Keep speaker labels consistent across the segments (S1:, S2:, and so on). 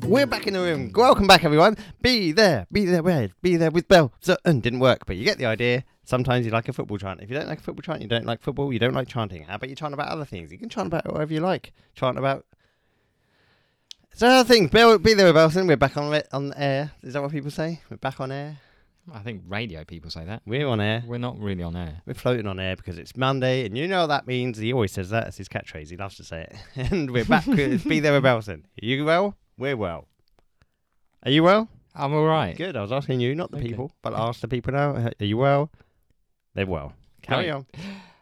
S1: Go back in the room. Welcome back, everyone. Be there. Be there. Where? Be there with Bell. So, and didn't work, but you get the idea. Sometimes you like a football chant. If you don't like a football chant, you don't like football. You don't like chanting. How about you chant about other things? You can chant about whatever you like. Chant about. So other things. Bell, be there with Belson. We're back on re- on air. Is that what people say? We're back on air.
S2: I think radio people say that.
S1: We're on air.
S2: We're not really on air.
S1: We're floating on air because it's Monday, and you know what that means. He always says that. It's his catchphrase. He loves to say it. And we're back with Be There with Belson. Are you well? We're well. Are you well?
S2: I'm all right.
S1: Good. I was asking you, not the
S2: Eh, Okay.
S1: people, but I asked the people now. Are you well? They're well. Carry
S2: Great.
S1: on.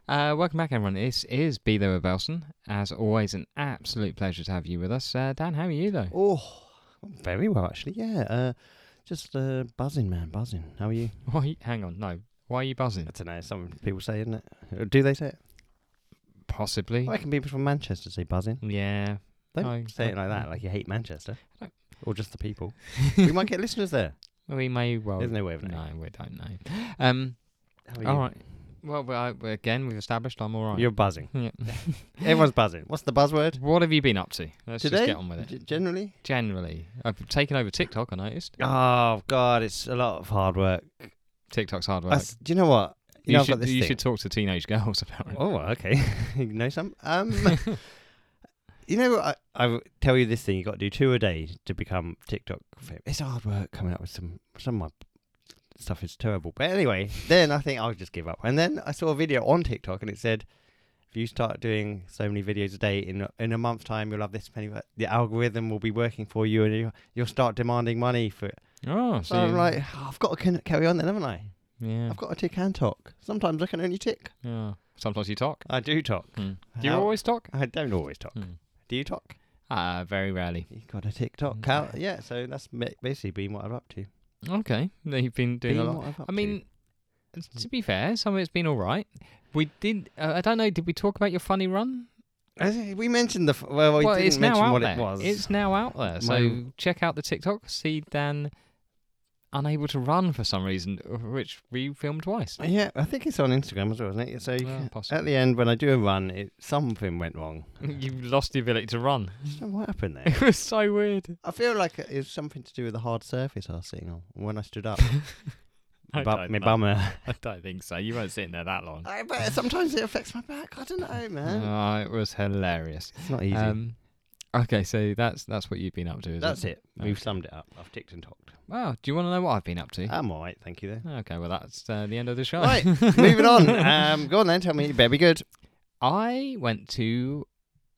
S2: Uh, welcome back, everyone. This is Be There with Belson. As always, an absolute pleasure to have you with us. Uh, Dan, how are you, though?
S1: Oh, very well, actually. Yeah. Uh, just uh, buzzing, man. Buzzing. How are you?
S2: Why? hang on, no. Why are you buzzing?
S1: I don't know. Some people say, isn't it? Or Do they say it?
S2: Possibly.
S1: I reckon people from Manchester say buzzing.
S2: Yeah.
S1: Don't
S2: I-
S1: say it
S2: I-
S1: like that, like you hate Manchester.
S2: I don't-
S1: Or just the people. we might get listeners there.
S2: We may well.
S1: There's no way of knowing.
S2: No, we don't know. Um,
S1: How are you?
S2: Oh, all right. Well, but I, but again, we've established I'm all right.
S1: You're buzzing.
S2: Yeah.
S1: Everyone's buzzing. What's the buzzword?
S2: What have you been up to? Let's
S1: Today?
S2: just get on with it.
S1: G- generally?
S2: Generally, I've taken over TikTok. I noticed
S1: Oh, God, it's a lot of hard work.
S2: TikTok's hard work.
S1: That's- do you know what? You, know,
S2: should,
S1: I've got this
S2: you
S1: thing.
S2: should talk to teenage girls about it.
S1: Oh, okay. you know some. Um, you know, I, I w- tell you this thing. You got to do two a day to become TikTok famous. It's hard work coming up with some. Some of my stuff is terrible. But anyway, then I think I'll just give up. And then I saw a video on TikTok, and it said, if you start doing so many videos a day in a- in a month's time, you'll have this many. The algorithm will be working for you, and you, you'll start demanding money for it.
S2: Oh, so
S1: So I'm
S2: you-
S1: like, "Oh, I've got to con- carry on then, haven't I?
S2: yeah,
S1: I've got to tick and talk. Sometimes I can only tick.
S2: yeah. Sometimes you talk.
S1: I do talk.
S2: Hmm. Do you
S1: How-
S2: always talk?
S1: I don't always talk.
S2: Hmm.
S1: Do you talk?
S2: Uh, very rarely.
S1: You got a TikTok
S2: Okay.
S1: account, yeah. So that's ma- basically been what I'm up to.
S2: Okay, no, you've been doing a
S1: Been
S2: lot.
S1: what I'm up
S2: I mean, to be fair, some of it's been all right. We did. Uh, I don't know. Did we talk about your funny run?
S1: to. I think we mentioned the f- well, we
S2: well,
S1: didn't
S2: it's now
S1: mention
S2: out
S1: what
S2: there.
S1: it was.
S2: It's now out there. So
S1: My-
S2: check out the TikTok. See Dan unable to run for some reason, which we filmed twice.
S1: yeah, I think it's on Instagram as well, isn't it? So you
S2: Well,
S1: can- at
S2: possibly.
S1: the end, when I do a run, it, something went wrong.
S2: you lost the ability to run.
S1: So what happened there?
S2: It was so weird.
S1: I feel like it was something to do with the hard surface I was sitting on when I stood up.
S2: I
S1: my bu-
S2: don't
S1: my
S2: know.
S1: bummer.
S2: I don't think so. You weren't sitting there that long.
S1: I, but sometimes it affects my back. I don't know, man.
S2: Oh, it was hilarious.
S1: It's not easy.
S2: Um, okay, so that's that's what you've been up to, is
S1: that's
S2: it?
S1: it. We've
S2: okay.
S1: summed it up. I've ticked and talked.
S2: Wow. Do you want to know what I've been up to?
S1: I'm all right. Thank you, there.
S2: okay, well that's uh, the end of the show.
S1: Uh, Right, moving on. Um, go on then. Tell me, you better be good.
S2: I went to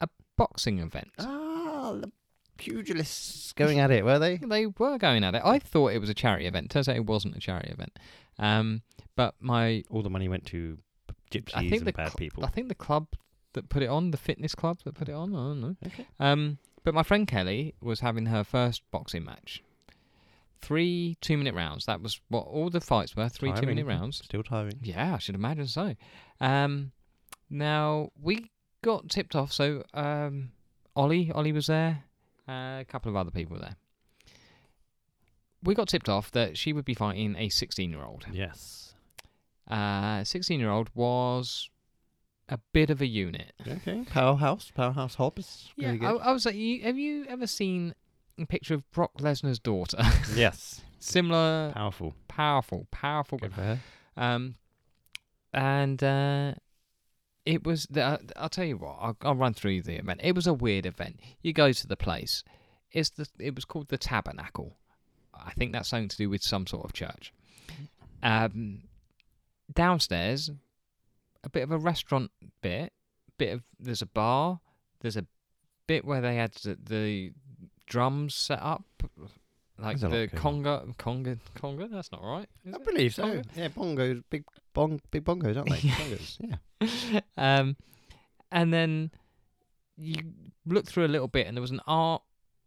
S2: a boxing event.
S1: Ah, the pugilists going at it, were they?
S2: They were going at it. I thought it was a charity event. Turns out it wasn't a charity event. Um, but my
S1: All the money went to gypsies
S2: I think
S1: and
S2: the
S1: bad
S2: cl-
S1: people.
S2: I think the club that put it on, the fitness club that put it on, I don't know.
S1: Okay.
S2: Um, but my friend Kelly was having her first boxing match. Three two minute rounds. That was what all the fights were. Three two minute
S1: Tiring.
S2: rounds.
S1: Still tiring.
S2: Yeah, I should imagine so. Um, now we got tipped off. So um, Ollie, Ollie was there. Uh, a couple of other people were there. We got tipped off that she would be fighting a 16 year old.
S1: Yes.
S2: Uh, 16 year old was a bit of a unit.
S1: Okay. Powerhouse, powerhouse Hobbs.
S2: Yeah,
S1: Very
S2: I,
S1: good.
S2: I was like, you, have you ever seen a picture of Brock Lesnar's daughter?
S1: yes.
S2: Similar,
S1: Powerful.
S2: powerful, powerful.
S1: Good for her.
S2: Um, and uh, it was. The, uh, I'll tell you what. I'll, I'll run through the event. It was a weird event. You go to the place. It's the. It was called the Tabernacle. I think that's something to do with some sort of church. Um, downstairs, a bit of a restaurant bit. Bit of there's a bar. There's a bit where they had the, the drums set up, like
S1: There's a lot
S2: the
S1: going
S2: conga, conga, conga. That's not right. is
S1: I
S2: it?
S1: believe so.
S2: Bongo?
S1: Yeah, bongos, big bong, big bongos, aren't they? Bongos. Yeah.
S2: um, and then you looked through a little bit, and there was an art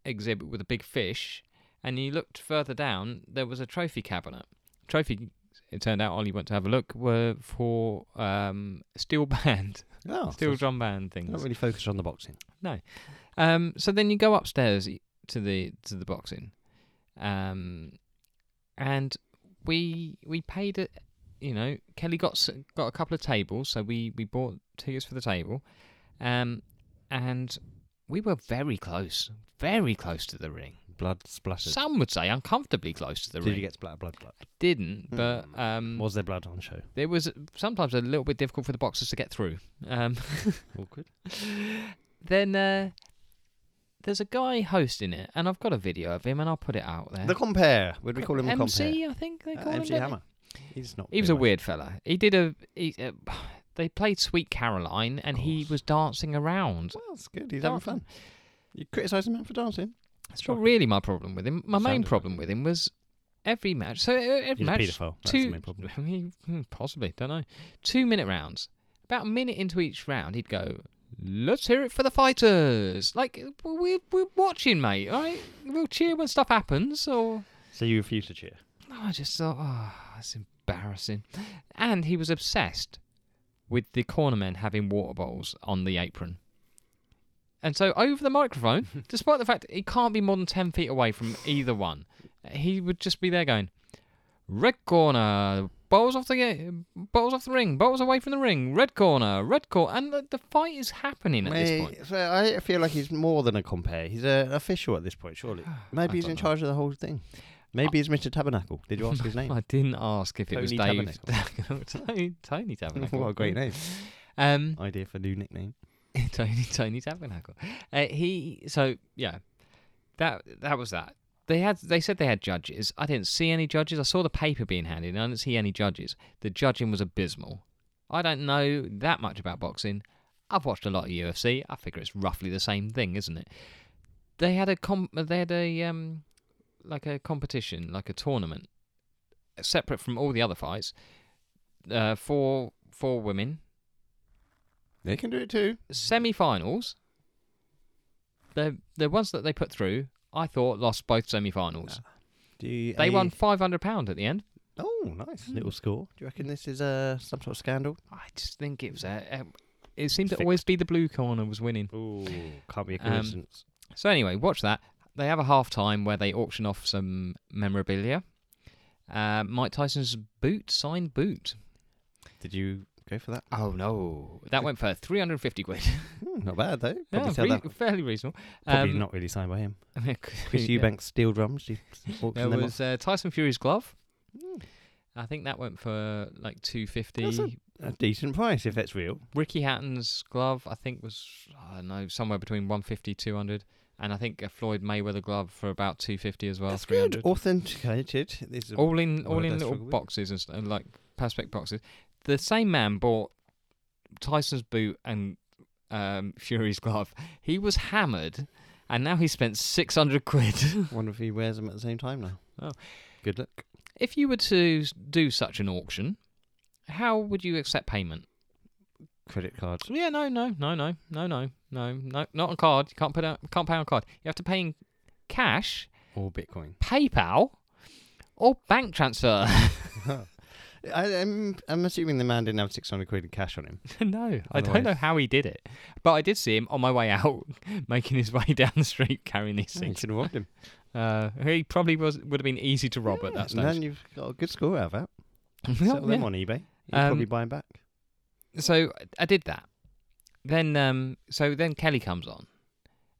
S2: exhibit with a big fish. And you looked further down, there was a trophy cabinet. Trophy, it turned out Ollie went to have a look, were for um, steel band,
S1: Oh,
S2: steel
S1: so
S2: drum band
S1: it's not
S2: things.
S1: really focused on the boxing.
S2: Um, so then you go upstairs y- to the to the boxing, um, and we we paid it. You know, Kelly got s- got a couple of tables, so we we bought tickets for the table, um, and we were very close, very close to the ring.
S1: blood splattered?
S2: Some would say uncomfortably close to the
S1: Did
S2: ring.
S1: you get splattered blood? Blood.
S2: Didn't, but
S1: Hmm.
S2: um,
S1: Was there blood on show?
S2: it was sometimes a little bit difficult for the boxers to get through. Um,
S1: Awkward.
S2: then uh, there's a guy hosting it, and I've got a video of him, and I'll put it out there.
S1: The compare. Would we call him
S2: MC, I think they
S1: a compare?
S2: call
S1: Uh,
S2: him.
S1: MC
S2: don't they?
S1: Hammer. He's not.
S2: He was a
S1: very much-
S2: weird fella. He did a. He, uh, they played Sweet Caroline, and he
S1: course.
S2: was dancing around.
S1: Well, that's good. He's having fun. You criticising him for dancing?
S2: That's not really my problem with him. My main
S1: Sounded like
S2: problem with him was every match. So uh, every
S1: He's a
S2: match,
S1: paedophile. That's
S2: two-
S1: the main problem.
S2: Hmm, possibly, don't know. Two minute rounds. About a minute into each round, he'd go, "Let's hear it for the fighters." Like we're we're watching, mate. All right, we'll cheer when stuff happens. Or
S1: So you refuse to cheer?
S2: I just thought, oh, that's embarrassing. And he was obsessed with the cornermen having water bowls on the apron. And so over the microphone, despite the fact he can't be more than 10 feet away from either one, he would just be there going, red corner, bowls off the bowls off the ring, bowls away from the ring, red corner, red corner. And the, the fight is happening at this point.
S1: Mate, so I feel like he's more than a compare. He's an official at this point, surely. Maybe
S2: I
S1: he's
S2: don't
S1: in
S2: know.
S1: charge of the whole thing. Maybe he's Mr. Tabernacle. Did you ask his name?
S2: I didn't ask if it was
S1: Tony
S2: Dave Tony, Tony Tabernacle.
S1: what a great name.
S2: Um,
S1: Idea for new nickname.
S2: Tony Tony Tabernacle. Uh, he so yeah, that that was that. They had they said they had judges. I didn't see any judges. I saw the paper being handed, and I didn't see any judges. The judging was abysmal. I don't know that much about boxing. I've watched a lot of UFC. I figure it's roughly the same thing, isn't it? They had a com- they had a um like a competition, like a tournament, separate from all the other fights. Uh, for for women,
S1: They can do it too.
S2: semi-finals. The the ones that they put through, I thought lost both semi-finals.
S1: Do you,
S2: they
S1: are
S2: won Mm.
S1: you-
S2: five hundred pound at the end.
S1: Oh, nice little score. Do you reckon this is uh, some sort of scandal?
S2: I just think it was a. a it seemed
S1: Fixed.
S2: to always be the blue corner was winning.
S1: Ooh, can't be a
S2: Um,
S1: coincidence.
S2: So anyway, watch that. They have a half time where they auction off some memorabilia. Uh, Mike Tyson's boot, signed boot.
S1: Did you go for that?
S2: Oh no, that went for three hundred fifty quid.
S1: Hmm, not bad though. Probably,
S2: yeah,
S1: sell
S2: re-
S1: that.
S2: fairly reasonable.
S1: Probably
S2: Um,
S1: not really signed by him. Chris
S2: Chris
S1: Eubanks steel drums. You auction
S2: There
S1: them
S2: was uh, Tyson Fury's glove.
S1: off.
S2: I think that went for like two
S1: Hmm. That's
S2: fifty.
S1: a decent price if that's real.
S2: Ricky Hatton's glove, I think, was I don't know somewhere between 150 200, and I think a Floyd Mayweather glove for about 250 as well.
S1: that's
S2: 300.
S1: good. Authenticated. This is a-
S2: All in,
S1: Well,
S2: all in
S1: that's
S2: little
S1: for good.
S2: boxes and, st- and like Perspex boxes. The same man bought Tyson's boot and um, Fury's glove. He was hammered, and now he spent 600 quid.
S1: Wonder if he wears them at the same time now.
S2: Oh.
S1: Good luck.
S2: if you were to s- do such an auction, how would you accept payment?
S1: Credit card.
S2: Yeah, no, no, no, no, no, no, no, no, not on card. You can't put out, can't pay on card. You have to pay in cash,
S1: Or Bitcoin.
S2: PayPal, or bank transfer.
S1: I, I'm, I'm assuming the man didn't have 600 quid in cash on him.
S2: no, I don't
S1: Otherwise-
S2: know how he did it, but I did see him on my way out, making his way down the street carrying these
S1: So you
S2: things.
S1: should have robbed him.
S2: Uh, he probably was would have been easy to rob at that
S1: And
S2: stage.
S1: then you've got a good score out of that.
S2: Well,
S1: Sell them
S2: yeah.
S1: on eBay. You
S2: Um,
S1: probably buy 'em back.
S2: so I did that. Then, um, so then Kelly comes on,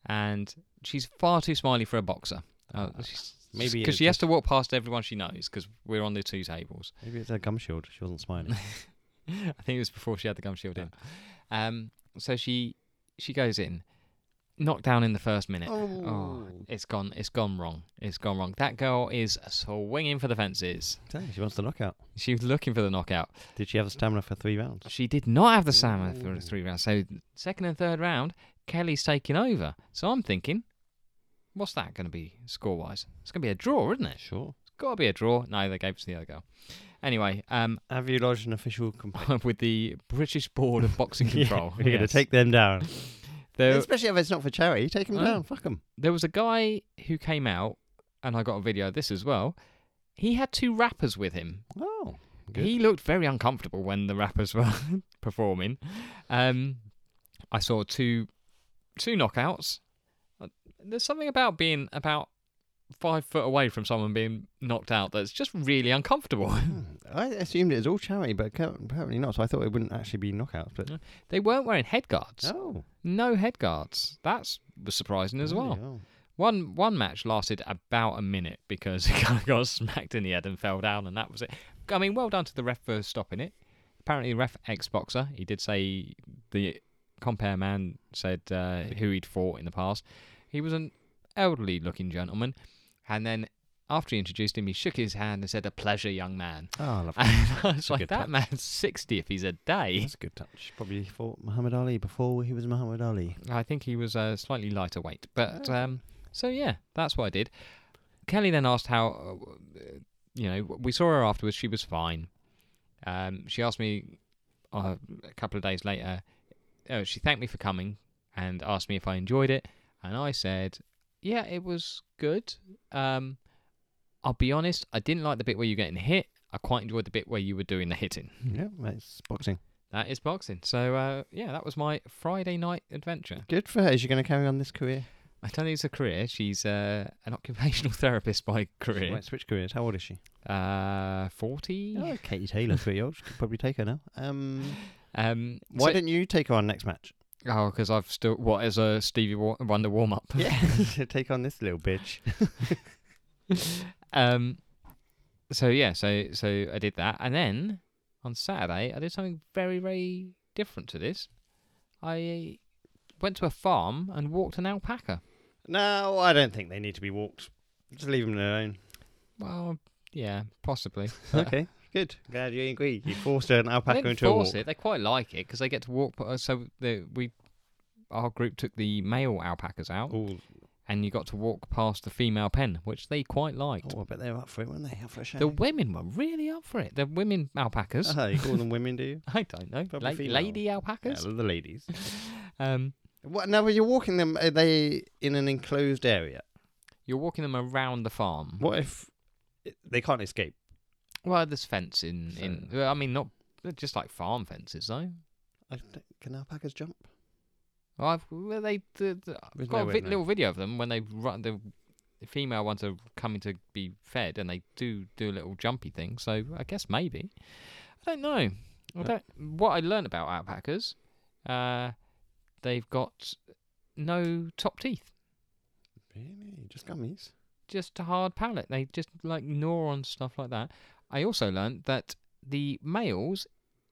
S2: and she's far too smiley for a boxer. Uh,
S1: Ah,
S2: she's-
S1: maybe
S2: because
S1: it's
S2: she has
S1: just-
S2: to walk past everyone she knows because we're on the two tables.
S1: Maybe it's a gum shield. She wasn't smiling.
S2: I think it was before she had the gum shield in. Um, so she she goes in, knocked down in the first minute. Oh,
S1: Oh.
S2: it's gone. It's gone wrong. It's gone wrong. That girl is swinging for the fences.
S1: Tell you, she wants the knockout.
S2: She was looking for the knockout.
S1: Did she have the stamina for three rounds?
S2: She did not have the salmon for
S1: Ooh.
S2: the three rounds. So second and third round, Kelly's taking over. So I'm thinking, what's that going to be score wise? It's going to be a draw, isn't it?
S1: Sure.
S2: It's got to be a draw. No, they gave it to the other girl. Anyway, um,
S1: Have you lodged an official complaint?
S2: with the British Board of Boxing
S1: Yeah,
S2: Control,
S1: We're going to
S2: yes.
S1: take them down.
S2: There,
S1: Especially if it's not for charity. Take them
S2: Oh.
S1: down. Fuck them.
S2: there was a guy who came out, and I got a video of this as well. He had two rappers with him.
S1: Oh. Good.
S2: He looked very uncomfortable when the rappers were performing. Um, I saw two two knockouts. Uh, There's something about being about five foot away from someone being knocked out that's just really uncomfortable.
S1: Hmm. I assumed it was all charity, but ca- apparently not. So I thought it wouldn't actually be knockouts. But
S2: Yeah. they weren't wearing headguards.
S1: oh,
S2: No headguards. That's was surprising as
S1: bloody
S2: well.
S1: hell.
S2: One one match lasted about a minute because he kind of got smacked in the head and fell down, and that was it. I mean, well done to the ref for stopping it. Apparently, ref ex-boxer. He did say the compare man said uh, who he'd fought in the past. He was an elderly-looking gentleman, and then after he introduced him, he shook his hand and said, "A pleasure, young man."
S1: Oh, lovely.
S2: And I was
S1: a
S2: like,
S1: good
S2: "That
S1: touch.
S2: man's sixty if he's a day."
S1: That's a good touch. Probably fought Muhammad Ali before he was Muhammad Ali.
S2: I think he was uh, slightly lighter weight, but um, so yeah, that's what I did. Kelly then asked how, uh, you know, we saw her afterwards. She was fine. Um, she asked me uh, a couple of days later. Uh, she thanked me for coming and asked me if I enjoyed it, and I said, "Yeah, it was good." Um, I'll be honest, I didn't like the bit where you were getting hit. I quite enjoyed the bit where you were doing the hitting.
S1: Yeah, that's boxing.
S2: That is boxing. So uh, yeah, that was my Friday night adventure.
S1: Good for her. Is she going to carry on this career?
S2: I don't think it's a career. She's uh, an occupational therapist by career.
S1: Right, switch careers. How old is she?
S2: Uh, forty.
S1: Oh, Katie Taylor, three year old. She could probably take her now. Um,
S2: Um,
S1: why
S2: so-
S1: didn't you take her on next match?
S2: Oh, because I've still what is a Stevie Wa- Wonder warm up.
S1: Yeah, take on this little bitch.
S2: Um, so yeah, so so I did that, and then on Saturday I did something very very different to this. I went to a farm and walked an alpaca.
S1: No, I don't think they need to be walked. Just leave them alone.
S2: Well, yeah, possibly.
S1: okay, good. Glad you agree. You forced an
S2: I
S1: alpaca
S2: didn't
S1: into a
S2: force
S1: walk.
S2: it. They quite like it because they get to walk. uh, So the, we, our group took the male alpacas out,
S1: Oh,
S2: and you got to walk past the female pen, which they quite liked.
S1: oh, I bet they were up for it, weren't they? Up for a show.
S2: The women were really up for it. The women alpacas.
S1: Oh, you call them women, do you?
S2: I don't know.
S1: Probably
S2: la-
S1: female.
S2: lady
S1: Yeah,
S2: alpacas.
S1: the ladies.
S2: Um,
S1: What, now, when you're walking them, are they in an enclosed area?
S2: you're walking them around the farm.
S1: What if they can't escape?
S2: Well, there's fence in
S1: So-
S2: in. well, I mean, not they're just like farm fences though.
S1: I don't- Can alpacas jump?
S2: Well, I've well, they the, the, I've
S1: There's
S2: got
S1: no
S2: a
S1: way
S2: vi-
S1: of knowing.
S2: little video of them when they run the female ones are coming to be fed and they do do a little jumpy thing. So I guess maybe I don't know. I
S1: Uh,
S2: don't, what I learned about alpacas, uh, they've got no top teeth,
S1: Really? Just gummies?
S2: just a hard palate. They just like gnaw on stuff like that. I also learned that the males,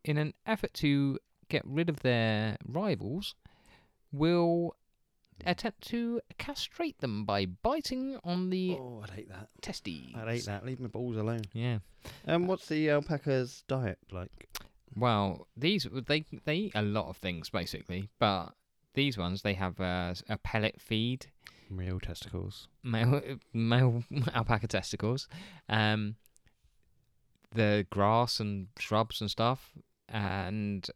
S2: in an effort to get rid of their rivals, will attempt to castrate them by biting on the
S1: Oh, I'd hate that.
S2: testes.
S1: I'd hate that. Leave my balls alone.
S2: Yeah.
S1: Um, what's the alpaca's diet like?
S2: Well, these they they eat a lot of things basically, but these ones they have uh, a pellet feed,
S1: Real testicles.
S2: male male alpaca testicles, um, the grass and shrubs and stuff, and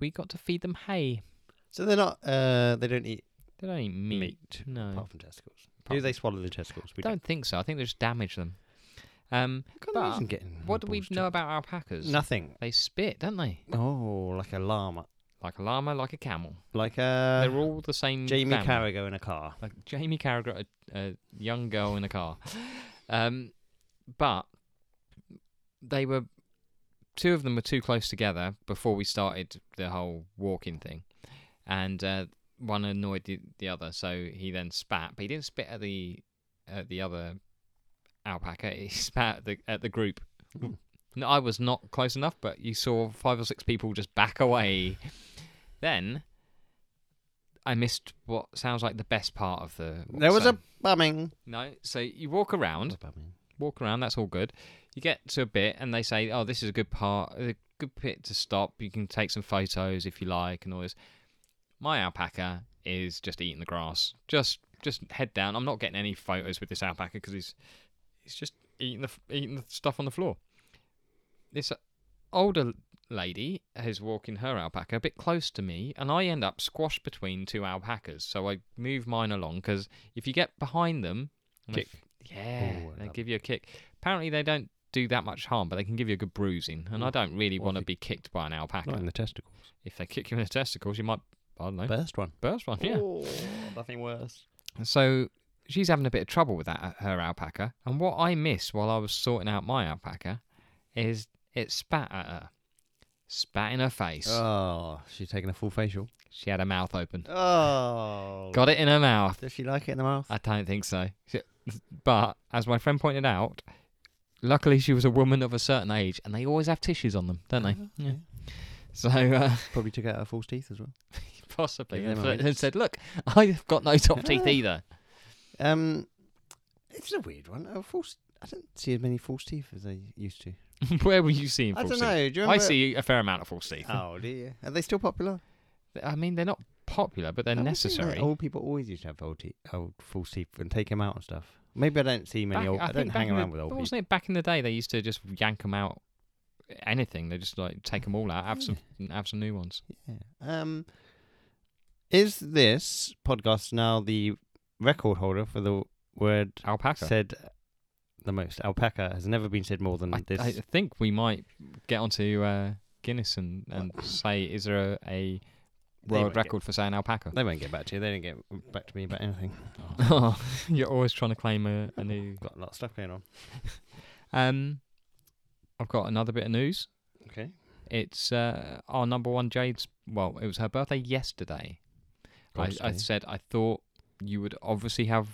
S2: we got to feed them hay.
S1: So they're not. Uh, they don't eat
S2: They don't eat meat.
S1: meat,
S2: No,
S1: apart from testicles.
S2: Apart
S1: do they swallow the testicles? We
S2: don't, think so. I think they just damage them. Um,
S1: Can't
S2: but
S1: imagine getting
S2: what do we
S1: balls
S2: know
S1: chopped.
S2: about alpacas?
S1: Nothing.
S2: They spit, don't they?
S1: Oh, like a llama,
S2: Like a llama, like a camel.
S1: like a
S2: They're all the same.
S1: Uh, Jamie
S2: family.
S1: Carragher in a car.
S2: like Jamie Carragher, a, a young girl in a car. Um, but they were two of them were too close together before we started the whole walking thing, and uh, one annoyed the, the other, so he then spat. But he didn't spit at the at the other alpaca. He spat at the at the group.
S1: Hmm.
S2: No, I was not close enough, but you saw five or six people just back away. then I missed what sounds like the best part of the.
S1: There was
S2: so-
S1: a bumming.
S2: no. So you walk around, walk around. That's all good. You get to a bit, and they say, "Oh, this is a good part, a good bit to stop. You can take some photos if you like, and all this." My alpaca is just eating the grass. Just, just head down. I'm not getting any photos with this alpaca because he's, he's just eating the f- eating the stuff on the floor. This older lady is walking her alpaca a bit close to me, and I end up squashed between two alpacas. So I move mine along because if you get behind them, and they
S1: Kick.
S2: yeah,
S1: Oh, I
S2: they
S1: love
S2: give you a kick. Apparently, they don't do that much harm, but they can give you a good bruising. And I
S1: Ooh.
S2: don't really
S1: Well,
S2: want to
S1: if you-
S2: be kicked by an alpaca.
S1: Not in the testicles.
S2: If they kick you in the testicles, you might, I don't know,
S1: First one.
S2: burst one. Yeah.
S1: Oh, nothing worse.
S2: So she's having a bit of trouble with that uh, her alpaca. And what I missed while I was sorting out my alpaca is it spat at her, spat in her face.
S1: Uh. Oh, she's taking a full facial.
S2: She had her mouth open.
S1: Oh.
S2: Got it in her mouth.
S1: Does she like it in the mouth?
S2: I don't think so. She- But as my friend pointed out, luckily she was a woman of a certain age, and they always have tissues on them, don't they?
S1: Uh-huh.
S2: Yeah. So uh,
S1: Probably took out her false teeth as well.
S2: possibly,
S1: Give them
S2: and,
S1: a
S2: and said, "Look, I've got no top teeth
S1: Ah.
S2: either."
S1: Um, it's a weird one. A false. I don't see as many false teeth as I used to.
S2: Where were you seeing?
S1: I don't
S2: false teeth?
S1: know. Do you
S2: I
S1: remember-
S2: see a fair amount of false teeth.
S1: Oh, do you? Are they still popular?
S2: I mean, they're not popular, but
S1: I
S2: they're
S1: would think that
S2: necessary.
S1: Old people always used to have old, te- old false teeth and take them out and stuff. Maybe I don't see many
S2: Back-
S1: old. I, don't
S2: think back
S1: hang
S2: in
S1: around
S2: the,
S1: with old
S2: but
S1: people.
S2: Wasn't it back in the day they used to just yank them out? Anything they just like take them all out, have some, have some new ones.
S1: Yeah. Um, is this podcast now the record holder for the word
S2: Alpaca.
S1: said the most? Alpaca has never been said more than
S2: I,
S1: this.
S2: I think we might get onto uh, Guinness and, and say, is there a, a
S1: They won't
S2: world
S1: get-
S2: record for saying alpaca?
S1: they won't get back to you. They didn't get back to me about anything.
S2: Oh, you're always trying to claim a, a new.
S1: Got a lot of stuff going on.
S2: Um, I've got another bit of news.
S1: Okay.
S2: It's uh, our number one Jade's. Well, it was her birthday yesterday. I, I
S1: Obviously.
S2: said I thought you would obviously have,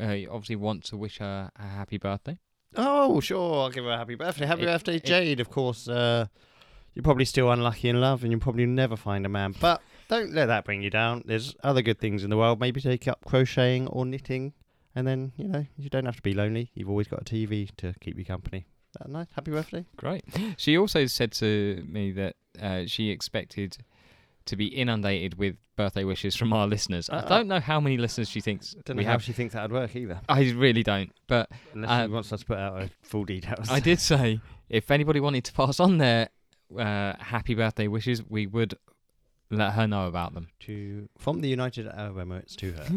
S2: uh, you obviously want to wish her a happy birthday.
S1: Oh, sure. I'll give her a happy birthday. Happy
S2: It-
S1: birthday,
S2: it-
S1: Jade. Of course, uh, you're probably still unlucky in love and you'll probably never find a man. But don't let that bring you down. There's other good things in the world. Maybe take up crocheting or knitting. And then, you know, you don't have to be lonely. You've always got a TV to keep you company. That nice. Happy birthday.
S2: Great. She also said to me that uh, she expected to be inundated with birthday wishes from our listeners.
S1: Uh,
S2: I don't know how many listeners she thinks
S1: Don't
S2: we
S1: know how
S2: have.
S1: she thinks that would work either.
S2: I really don't. But
S1: Unless she
S2: Um,
S1: wants us to put out her full details.
S2: I did say if anybody wanted to pass on their uh, happy birthday wishes, we would let her know about them.
S1: to from the United Arab Emirates to her.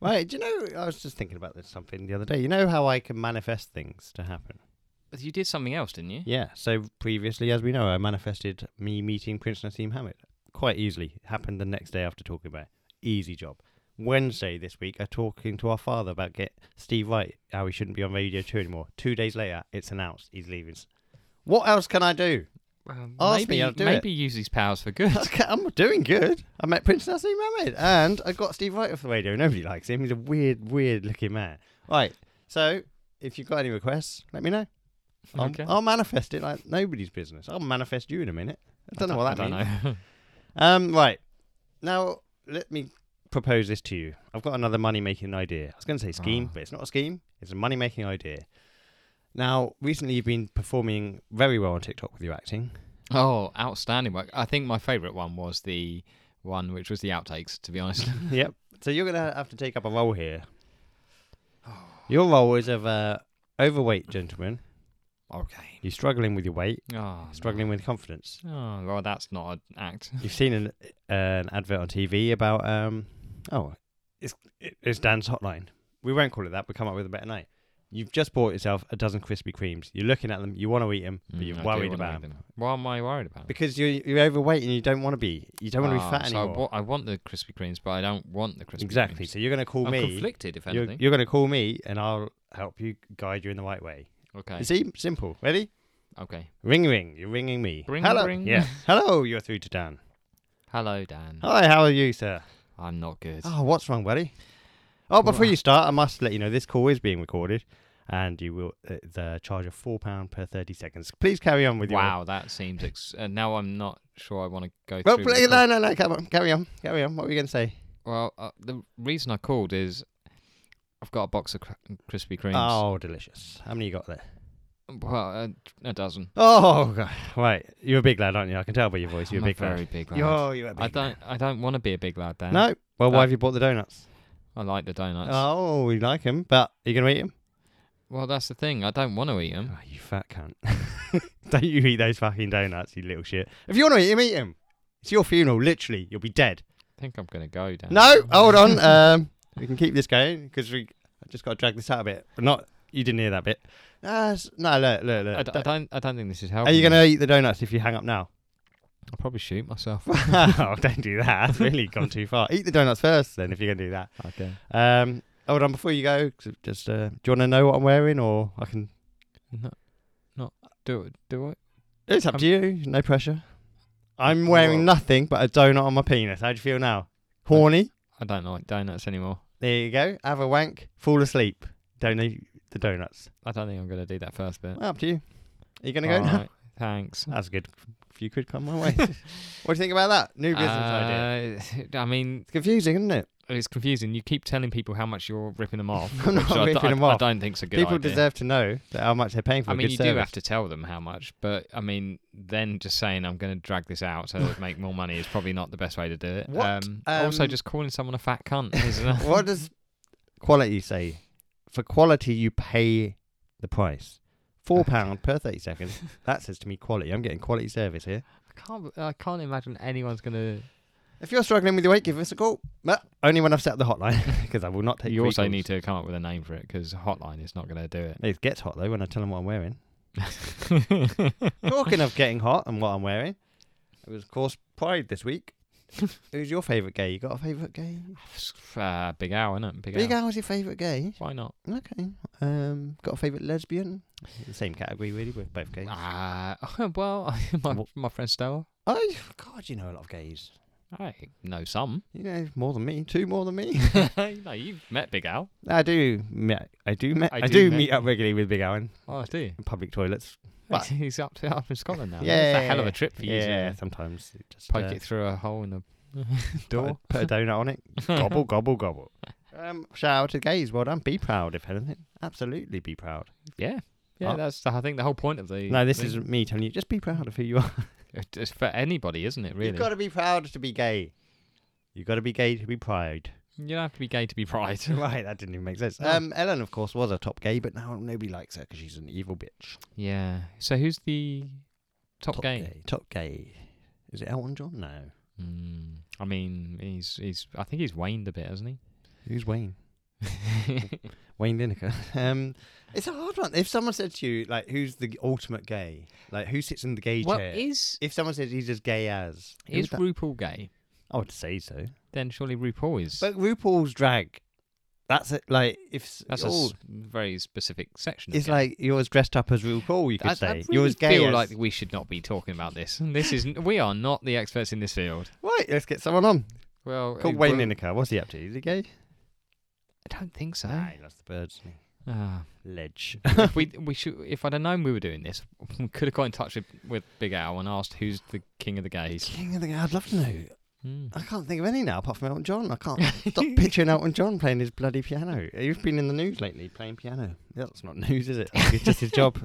S1: right, do you know? I was just thinking about this something the other day. You know how I can manifest things to happen.
S2: But You did something else, didn't you?
S1: Yeah. So previously, as we know, I manifested me meeting Prince Nassim Hamid quite easily. Happened the next day after talking about it. easy job. Wednesday this week, I talking to our father about get Steve Wright how he shouldn't be on Radio Two anymore. Two days later, it's announced he's leaving. What else can I do?
S2: Well,
S1: Ask
S2: maybe,
S1: me, I'll do it.
S2: Maybe use these powers for good.
S1: Okay, I'm doing good. I met Prince Nassim Ahmed and I got Steve Wright off the radio. Nobody likes him. He's a weird, weird looking man. Right. So if you've got any requests, let me know. I'll,
S2: Okay.
S1: I'll manifest it like nobody's business. I'll manifest you in a minute. I don't know what that
S2: I
S1: means.
S2: don't know.
S1: Um, right. Now, let me propose this to you. I've got another money making idea. I was going to say scheme,
S2: Ah.
S1: but it's not a scheme. It's a money making idea. Now, recently you've been performing very well on TikTok with your acting.
S2: Oh, outstanding work. I think my favourite one was the one which was the outtakes, to be honest.
S1: yep. So you're gonna have to take up a role here. Your role is of a overweight gentleman.
S2: okay.
S1: You're struggling with your weight,
S2: Oh,
S1: struggling with confidence.
S2: no. Oh, well, that's not an act.
S1: You've seen an an advert on TV about um oh it's it's Dan's hotline. We won't call it that. We'll come up with a better name. You've just bought yourself a dozen Krispy Kremes. You're looking at them. You want to eat them, but
S2: Mm,
S1: you're
S2: I do
S1: worried
S2: wanna
S1: about
S2: read
S1: them
S2: them. Why am I worried about? it?
S1: because you're you're overweight and you don't want to be. You don't want to
S2: Ah,
S1: be fat
S2: so I,
S1: anymore.
S2: wa- I want the Krispy Kremes, but I don't want the Krispy
S1: exactly.
S2: Kremes.
S1: So you're gonna call
S2: I'm
S1: me.
S2: conflicted, if
S1: You're,
S2: anything.
S1: you're gonna call me, and I'll help you guide you in the right way.
S2: okay.
S1: You see, simple. Ready?
S2: okay.
S1: Ring, ring. You're ringing me.
S2: Ring,
S1: Hello.
S2: ring. Mm.
S1: Yeah. Hello. You're through to Dan.
S2: Hello, Dan.
S1: Hi. How are you, sir?
S2: I'm not good.
S1: Oh, what's wrong, buddy? Oh, before
S2: Wha-
S1: you start, I must let you know this call is being recorded, and you will uh, the charge of four pound per thirty seconds. Please carry on with
S2: wow, that seems. Ex- uh, now I'm not sure I want to go
S1: your. Well,
S2: through.
S1: pl-
S2: with the-
S1: no, no, no. Come on, carry on, carry on. What were you going to say?
S2: Well, uh, the reason I called is I've got a box of cr- Krispy Kremes.
S1: Oh, delicious. How many you got there?
S2: Well, a, a dozen.
S1: Oh, God. right. You're a big lad, aren't you? I can tell by your voice. You're
S2: I'm
S1: a big
S2: very
S1: lad.
S2: big lad.
S1: Yo, You're, a big
S2: I don't. I don't want to be a big lad, Dan.
S1: lad. No. Well, why
S2: Uh,
S1: have you bought the donuts?
S2: I like the donuts.
S1: Oh, we like them, but are you going to eat them?
S2: Well, that's the thing. I don't want to eat them.
S1: Oh, you fat cunt. Don't you eat those fucking donuts, you little shit. If you want to eat them, eat them. It's your funeral, literally. You'll be dead.
S2: I think I'm gonna go, Dan.
S1: No, hold on. Um, we can keep this going because we I just got to drag this out a bit. But not you didn't hear that bit. Ah, s- no, look, look,
S2: I,
S1: look.
S2: d- I don't. I don't think this is helping.
S1: Are you
S2: me.
S1: going to eat the donuts if you hang up now?
S2: I'll probably shoot myself.
S1: oh, don't do that. That's really gone too far. Eat the donuts first, then, if you're going to do that.
S2: okay.
S1: Um, hold on, before you go, 'cause it just uh, do you want to know what I'm wearing, or I can?
S2: No, not do it. Do it.
S1: It's up
S2: Um,
S1: to you. No pressure. I'm wearing
S2: Well-
S1: nothing but a donut on my penis. How do you feel now? Horny?
S2: I don't like donuts anymore.
S1: There you go. Have a wank. Fall asleep. Don't eat the donuts.
S2: I don't think I'm going to do that first bit.
S1: Well, up to you. Are you going to go now?
S2: Alright, Thanks.
S1: That's good. If you could come my way. what do you think about that? New business idea.
S2: Uh, I mean,
S1: It's confusing, isn't it?
S2: it's confusing. You keep telling people how much you're ripping them off.
S1: I'm not
S2: which I d-
S1: ripping
S2: I,
S1: them
S2: I
S1: off.
S2: don't think's a good
S1: People
S2: idea.
S1: deserve to know that how much they're paying for
S2: I
S1: a
S2: mean,
S1: good
S2: you
S1: service.
S2: do have to tell them how much, but I mean, then just saying I'm going to drag this out to make more money is probably not the best way to do it.
S1: What,
S2: also,
S1: um,
S2: just calling someone a fat cunt is another-
S1: what does quality say? For quality, you pay the price. Four pound per thirty seconds. That says to me quality. I'm getting quality service here.
S2: I can't. I can't imagine anyone's going
S1: If you're struggling with your weight, give us a call. But only when I've set up the hotline, because I will not
S2: to.
S1: take.
S2: You also
S1: recalls.
S2: need to come up with a name for it because hotline is not going to do it.
S1: It gets hot though when I tell them what I'm wearing. Talking of getting hot and what I'm wearing, it was of course Pride this week. Who's your favourite gay? You got a favourite gay?
S2: uh, big Al, isn't it? Big,
S1: Big
S2: Al.
S1: Al's your favourite gay.
S2: Why not?
S1: Okay. Um, got a favourite lesbian? The same category really. We're both gay.
S2: Uh, well, my,
S1: What-
S2: my friend Stella.
S1: Oh God, you know a lot of gays.
S2: I know some.
S1: You know more than me. Two more than me.
S2: no, you've met Big Al.
S1: I do. Me- I do. Me- I,
S2: I
S1: do
S2: do me-
S1: meet up regularly with Big Allen
S2: Oh, I do.
S1: in public toilets.
S2: He's-
S1: But-
S2: He's up to, up in Scotland now.
S1: Yeah,
S2: It's a hell of a trip for you. isn't
S1: Yeah,
S2: it?
S1: sometimes it just
S2: Poke
S1: uh,
S2: it through a hole in the
S1: Put a,
S2: door.
S1: put a donut on it. gobble, gobble, gobble. Um, shout out to gays. Well done. Be proud, if anything. Absolutely be proud.
S2: Yeah. Yeah,
S1: Oh.
S2: that's the, I think the whole point of the.
S1: No, this
S2: thing.
S1: isn't me telling you. Just be proud of who you are.
S2: It's for anybody, isn't it? Really,
S1: You've got to be proud to be gay. You've got to be gay to be proud.
S2: you don't have to be gay to be pride.
S1: right, that didn't even make sense.
S2: No.
S1: Um, Ellen, of course, was a top gay, but now nobody likes her because she's an evil bitch.
S2: yeah. So who's the top, gay?
S1: Top gay. Is it Elton John? No.
S2: Mm, I mean, he's he's. I think he's waned a bit, hasn't
S1: Who's Wayne?
S2: he?
S1: Wayne Lineker. Um, it's a hard one. If someone said to you, like, who's the ultimate gay? Like, who sits in the gay
S2: well,
S1: chair?
S2: is
S1: if someone says he's as gay as, who
S2: is
S1: would that-
S2: RuPaul gay?
S1: I would say so.
S2: Then surely RuPaul is.
S1: But RuPaul's drag, that's it. Like if s-
S2: that's a
S1: all-
S2: s- very specific section. of
S1: it's
S2: gay.
S1: like you're as dressed up as RuPaul. You could
S2: I,
S1: say
S2: I really
S1: you're as gay.
S2: feel
S1: as-
S2: like we should not be talking about this. This is we are not the experts in this field.
S1: right. Let's get someone on.
S2: Well,
S1: Call
S2: uh,
S1: Wayne
S2: well,
S1: Lineker. What's he up to? Is he gay?
S2: I don't think so.
S1: he loves the birds.
S2: Ah.
S1: Ledge.
S2: if we we should if I'd have known we were doing this, we could have got in touch with, with Big Al and asked who's the king of the gays.
S1: King of the. I'd love to know.
S2: Mm.
S1: Hmm. I can't think of any now apart from Elton John. I can't stop picturing Elton John playing his bloody piano. He's been in the news lately playing piano. That's not news, is it? It's just his job.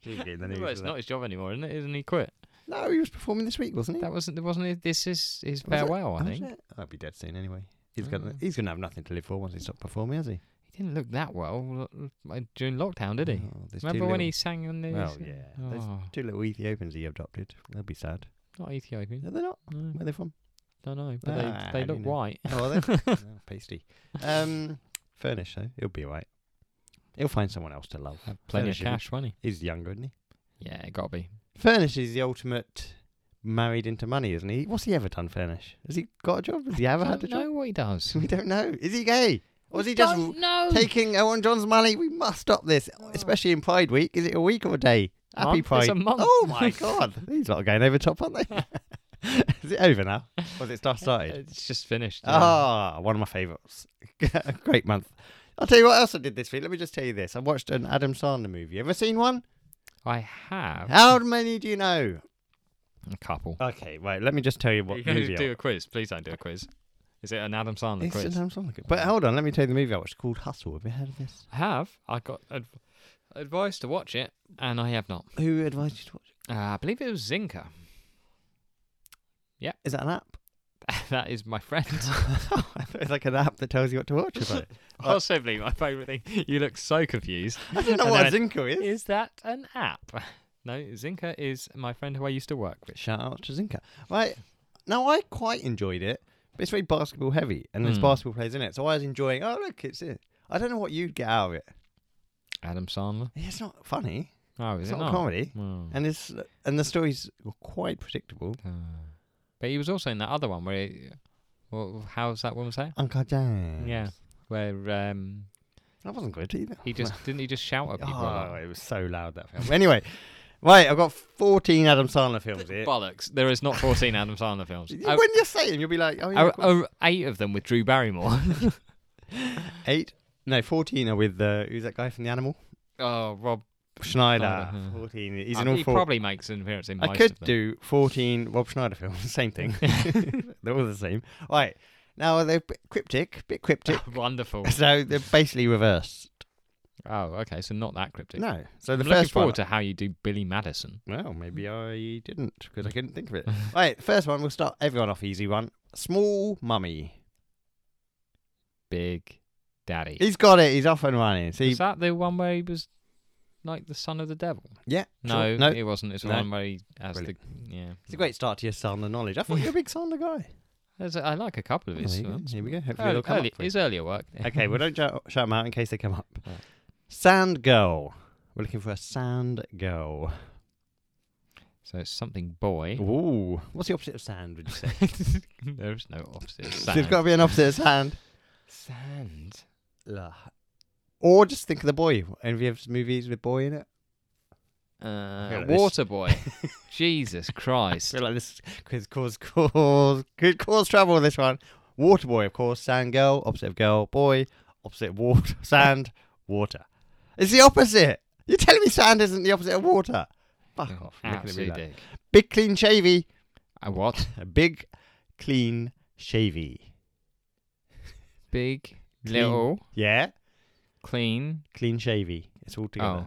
S1: He's been in the news,
S2: Well, it's
S1: isn't
S2: not
S1: it?
S2: his job anymore, isn't it? Isn't he quit?
S1: No, he was performing this week, wasn't he?
S2: That wasn't there wasn't it- this is his
S1: Was it?
S2: farewell. I
S1: Oh,
S2: think
S1: shit. I'll be dead soon anyway. He's gonna
S2: Mm.
S1: he's gonna have nothing to live for once he stops performing, has he?
S2: he didn't look that well l- l- during lockdown, did he?
S1: Oh, there's two
S2: Remember when
S1: little-
S2: he sang on the?
S1: Well, yeah. There's
S2: Oh,
S1: two little Ethiopians he adopted. They'll be sad.
S2: not Ethiopian.
S1: No, they're not.
S2: No,
S1: Where are they from?
S2: no, no but
S1: Ah,
S2: they
S1: you
S2: they look
S1: know.
S2: white.
S1: Oh, are they? oh, pasty. Um, Furnish though, he'll be alright. He'll find someone else to love.
S2: Had plenty of
S1: Fellowship.
S2: cash, won't he?
S1: He's younger, isn't he?
S2: Yeah, gotta be.
S1: Furnish is the ultimate married into money, isn't he? What's he ever done, Furnish? Has he got a job? Has he ever
S2: I
S1: had a
S2: don't know
S1: job?
S2: what he does.
S1: We don't know. Is he gay? Or is
S2: We
S1: he just
S2: don't know.
S1: taking Owen John's money? We must stop this,
S2: Oh.
S1: especially in Pride Week. Is it a week or a day? Happy
S2: Month? It's
S1: Pride.
S2: a month.
S1: Oh my God. These lot are going over top, aren't they? is it over now? Or is it stuff started?
S2: It's just finished. yeah.
S1: Ah, one of my favourites. Great month. I'll tell you what else I did this week. Let me just tell you this. I watched an Adam Sandler movie. Ever seen one?
S2: I have
S1: How many do you know?
S2: a couple.
S1: Okay, right. Let me just tell you what
S2: Oh, you
S1: movie.
S2: going do a quiz? Please don't do a quiz. Is it an Adam
S1: I
S2: Sandler
S1: watched.
S2: quiz?
S1: It's an Adam Sandler. But hold on, let me tell you the movie I watched called Hustle. Have you heard of this?
S2: I have. I got adv- advice to watch it, and I have not.
S1: Who advised you to watch?
S2: Uh, I believe it was Zinka.
S1: it? Is that an app?
S2: that is my friend.
S1: it's like an app that tells you what to watch. Is it?
S2: Possibly my favourite thing. You look so confused.
S1: I don't know
S2: And
S1: what a
S2: then-
S1: Zinco is.
S2: Is that an app? No, Zinka is my friend who I used to work with.
S1: Shout out to Zinca. Right now, I quite enjoyed it, but it's very basketball heavy, and there's
S2: Hmm.
S1: basketball players in it, so I was enjoying. Oh look, it's it. I don't know what you'd get out of it.
S2: Adam Sandler.
S1: It's not funny.
S2: Oh, is
S1: It's
S2: it
S1: not, a comedy,
S2: Oh.
S1: and it's and the story's quite predictable.
S2: Uh, but he was also in that other one where, he, well, how's that woman say?
S1: Uncle James.
S2: Yeah, where um,
S1: that wasn't good either.
S2: he just didn't he just shout at people? a lot?
S1: Oh, it was so loud that film. Anyway, Right, I've got 14 Adam Sandler films here.
S2: Bollocks. There is not 14 Adam Sandler films.
S1: You-
S2: Oh,
S1: when you say them, you'll be like, oh, yeah,
S2: oh,
S1: of course.
S2: oh, eight of them with Drew Barrymore. oh.
S1: eight. No, 14 are with uh, who's that guy from The Animal?
S2: oh, Rob.
S1: Schneider.
S2: Schneider, yeah.
S1: 14. He's
S2: I
S1: in
S2: mean,
S1: all
S2: he
S1: four.
S2: probably makes an appearance in
S1: I
S2: most
S1: could
S2: of them.
S1: do 14 Rob Schneider films. Same thing. they're all the same. Right. Now, they're a bit cryptic. bit cryptic.
S2: Wonderful.
S1: so they're basically reversed.
S2: Oh, okay. So not that cryptic.
S1: No. So
S2: I'm
S1: the
S2: looking
S1: first one.
S2: forward to how you do Billy Madison.
S1: Well, maybe I didn't because I couldn't think of it. right, first one. We'll start everyone off easy one. Small mummy.
S2: Big Daddy.
S1: He's got it. He's off and running. See,
S2: Is that the one where he was like the son of the devil?
S1: yeah.
S2: No,
S1: sure. no.
S2: it wasn't. It's the
S1: No.
S2: one where he has
S1: Brilliant.
S2: the yeah.
S1: It's a great start to your Sandler knowledge. I thought you were a big Sandler guy.
S2: There's a, I like a couple of
S1: Oh,
S2: his
S1: there you go.
S2: films.
S1: Here we go. Hopefully
S2: Early,
S1: it'll come
S2: early-
S1: up for you.
S2: his earlier work.
S1: Okay, well, don't shout, shout them out in case they come up.
S2: Right.
S1: Sand girl. We're looking for a sand girl.
S2: so it's something boy.
S1: Ooh. What's the opposite of sand, would you say?
S2: There's no opposite. of
S1: There's
S2: Sand.
S1: got to be an opposite of sand.
S2: Sand.
S1: Ugh. Or just think of the boy. Any of you have movies with boy in it? feel
S2: Uh,
S1: like this-
S2: water boy. Jesus Christ.
S1: feel like this could cause cause could cause trouble. This one, water boy, of course, sand girl, opposite of girl, boy, opposite of water, sand, water. It's the opposite. You're telling me sand isn't the opposite of water? Fuck
S2: Oh,
S1: off! looking at me
S2: Absolute
S1: like-
S2: dick.
S1: Big clean shavy,
S2: A what?
S1: a big clean shavy.
S2: Big,
S1: Clean.
S2: little,
S1: Yeah,
S2: clean.
S1: clean shavy. It's all together.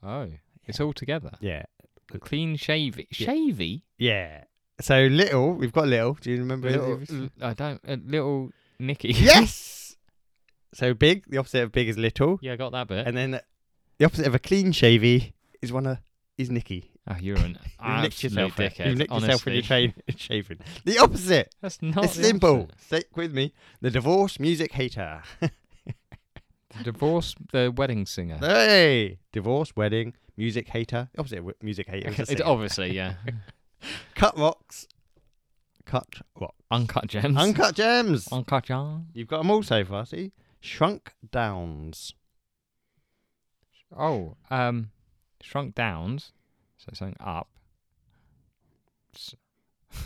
S2: Oh. Oh. It's all together.
S1: Yeah,
S2: Clean shavy.
S1: Yeah.
S2: Shavy?
S1: yeah. So little, we've got little. Do you remember
S2: Little, l- I don't. Uh, little Nicky.
S1: Yes. So big, the opposite of big is little.
S2: yeah, I got that bit.
S1: And then the opposite of a clean shavy is one of is Nicky.
S2: oh, you're an
S1: You nicked
S2: absolute
S1: yourself. there.
S2: dickhead.
S1: you nicked yourself when you
S2: honestly.
S1: train shaving. The opposite.
S2: That's not
S1: it's
S2: the
S1: simple.
S2: opposite.
S1: Stick with me. The divorce music hater.
S2: The divorce, the wedding singer.
S1: hey, divorce wedding music hater. The opposite of w- music hater. is a
S2: It,
S1: singer.
S2: obviously, yeah.
S1: Cut rocks. Cut rock.
S2: Uncut gems.
S1: Uncut gems.
S2: Uncut gems.
S1: You've got them all so far. See, shrunk downs.
S2: Oh, um, shrunk downs. So something up.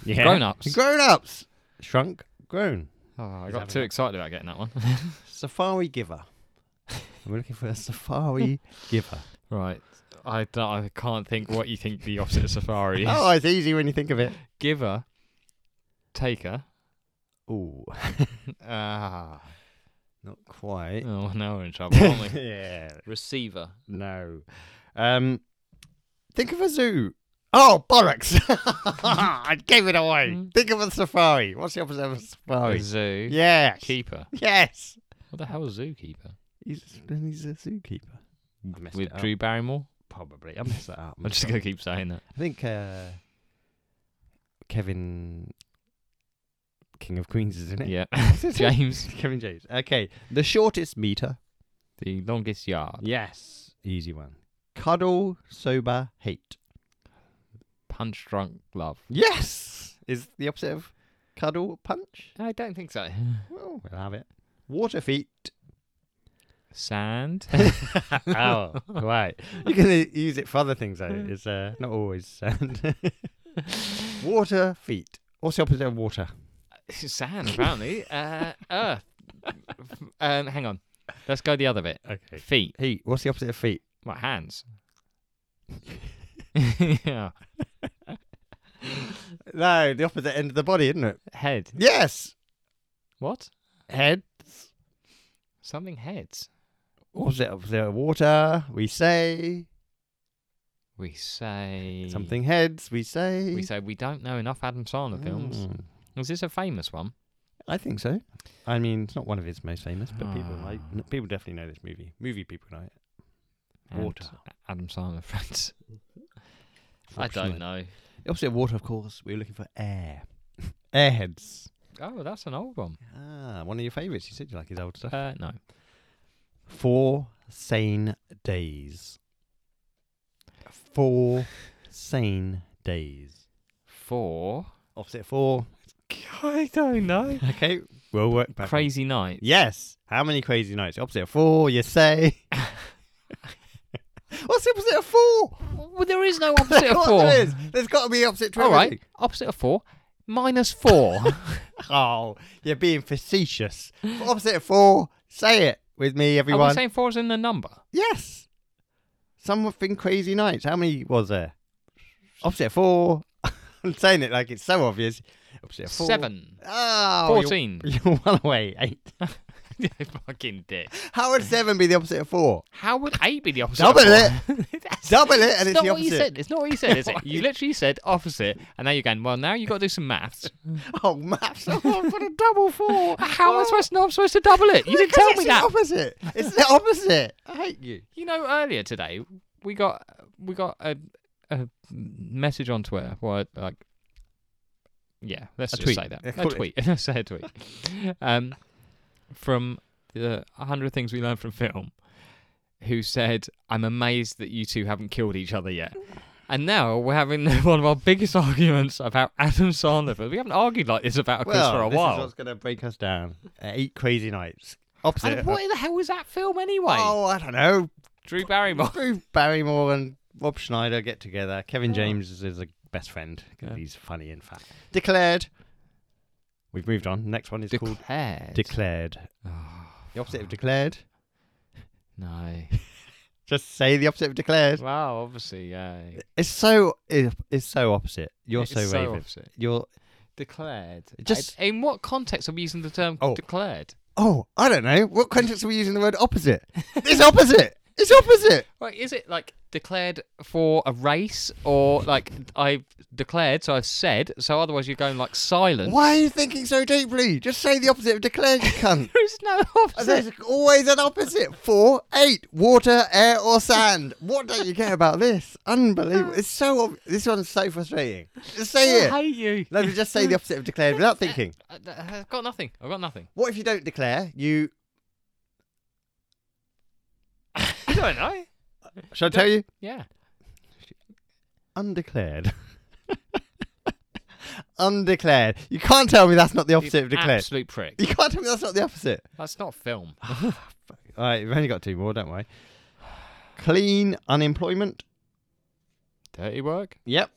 S1: Yeah.
S2: Grown ups.
S1: Grown ups. Shrunk grown.
S2: oh, I
S1: He's
S2: got
S1: having
S2: too
S1: it.
S2: excited about getting that one.
S1: Safari giver. We're looking for a safari giver.
S2: right. I don't, I can't think what you think the opposite of safari is.
S1: Oh, it's easy when you think of it.
S2: Giver, taker.
S1: Ooh,
S2: Ah.
S1: not quite.
S2: Oh, now we're in trouble, aren't we?
S1: yeah,
S2: Receiver.
S1: no. Um, think of a zoo. Oh, bollocks! I gave it away.
S2: Mm.
S1: Think of a safari. What's the opposite of Mm-hmm. a
S2: A
S1: safari?
S2: zoo.
S1: Yes.
S2: Keeper.
S1: Yes.
S2: What the hell is zookeeper?
S1: He's, he's a zookeeper. I messed
S2: With
S1: it up.
S2: Drew Barrymore?
S1: Probably. I messed that up.
S2: I'm just going to keep saying that.
S1: I think uh, Kevin, King of Queens, is in it.
S2: Yeah.
S1: it?
S2: James,
S1: Kevin James. Okay. The shortest meter.
S2: the longest yard.
S1: Yes. Easy one. Cuddle, sober, hate.
S2: Punch drunk love.
S1: Yes! Is the opposite of cuddle, punch?
S2: I don't think so.
S1: Well, we'll have it. Water feet.
S2: Sand.
S1: oh, right. You can uh, use it for other things, though. It's uh, not always sand. water feet. What's the opposite of water?
S2: Sand, apparently. Uh, earth. Um, hang on. Let's go the other bit.
S1: Okay.
S2: Feet.
S1: Heat. What's the opposite of feet?
S2: My hands. yeah.
S1: No, the opposite end of the body, isn't it?
S2: Head.
S1: Yes!
S2: What?
S1: Head.
S2: Something heads.
S1: What's it opposite of water? We say.
S2: We say
S1: Something heads, we say.
S2: We say we don't know enough Adam Sandler films.
S1: Mm.
S2: Is this a famous one?
S1: I think so. I mean, it's not one of his most famous, but people like
S2: Ah.
S1: n- people definitely know this movie. Movie people know it.
S2: And
S1: Water.
S2: Adam Sandler friends. I don't
S1: Fortunately.
S2: know.
S1: The opposite of water, of course. We were looking for air. Airheads.
S2: Oh, that's an old one.
S1: Ah, one of your favourites. You said you like his old stuff.
S2: Uh, no.
S1: Four sane days. Four sane days.
S2: Four.
S1: Opposite of four.
S2: I don't know.
S1: Okay, we'll work back.
S2: Crazy night.
S1: Yes. How many crazy nights? Opposite of four, you say. What's the opposite of four?
S2: Well, there is no opposite
S1: Of
S2: of
S1: course
S2: four.
S1: there is. There's got to be opposite to
S2: All right,
S1: everything.
S2: opposite of four, minus four.
S1: Oh, you're being facetious. opposite of four. Say it with me,
S2: Are we
S1: everyone.
S2: saying four is in the number?
S1: Yes. Something crazy nights. How many was there? Opposite of four. I'm saying it like it's so obvious. Opposite of four.
S2: Seven.
S1: Oh, you're-
S2: 14.
S1: You're, one away. Eight.
S2: You fucking dick.
S1: How would seven be the opposite of four?
S2: How would eight be the opposite?
S1: Double
S2: of
S1: it.
S2: four? That's-
S1: Double it, and it's,
S2: not
S1: the
S2: what you
S1: opposite.
S2: said. It's not what you said, is it? You literally said opposite, and now you're going. Well, now you got to do some maths.
S1: Oh, maths. Oh, I've got a double four.
S2: How am I
S1: Oh.
S2: supposed to know I'm supposed to double it? You didn't
S1: Because
S2: tell
S1: it's
S2: me
S1: the
S2: that.
S1: opposite. It's the opposite. I hate you.
S2: You know, earlier today we got we got a a message on Twitter. What like? Yeah,
S1: Mm.
S2: let's
S1: A
S2: just
S1: tweet.
S2: say that
S1: Let's
S2: a
S1: call it-
S2: tweet. let's say a tweet. Um, from the hundred things we learned from film, who said, "I'm amazed that you two haven't killed each other yet." And now we're having one of our biggest arguments about Adam Sandler. We haven't argued like this about a quiz
S1: well,
S2: for a
S1: this is
S2: while.
S1: what's going to break us down. Uh, eight crazy nights. Opposite.
S2: And
S1: of-
S2: what the hell was that film anyway?
S1: oh, I don't know.
S2: Drew Barrymore.
S1: Drew Barrymore and Rob Schneider get together. Kevin James is his uh, best friend 'cause
S2: Yeah.
S1: he's funny and fat. Declared. We've moved on. Next one is called
S2: Declared.
S1: Declared.
S2: Oh,
S1: The opposite of declared.
S2: no.
S1: Just say the opposite of declared.
S2: Wow, obviously, yeah.
S1: It's so it- it's so opposite. You're
S2: It's
S1: so raven.
S2: opposite.
S1: You're
S2: Declared.
S1: Just-
S2: I- in what context are we using the term
S1: Oh.
S2: declared?
S1: oh I don't know what context are we using the word opposite. it's opposite. It's opposite.
S2: Right, is it like declared for a race or like I've declared, so I've said, so otherwise you're going like silent?
S1: Why are you thinking so deeply? Just say the opposite of declared, you cunt.
S2: There is no opposite.
S1: Oh, There's always an opposite. Four, eight, water, air, or sand. What don't you get about this? Unbelievable. It's so. ob- This one's so frustrating. Just say
S2: I
S1: it.
S2: hate you.
S1: No, but just say the opposite of declared without thinking.
S2: I- I- I've got nothing. I've got nothing.
S1: What if you don't declare? You.
S2: I don't know.
S1: Shall I tell you?
S2: Yeah.
S1: Undeclared. Undeclared. You can't tell me that's not the opposite of
S2: You
S1: declared.
S2: Absolute prick.
S1: You can't tell me that's not the opposite.
S2: That's not film.
S1: All right, we've only got two more, don't we? Clean unemployment.
S2: Dirty work.
S1: Yep.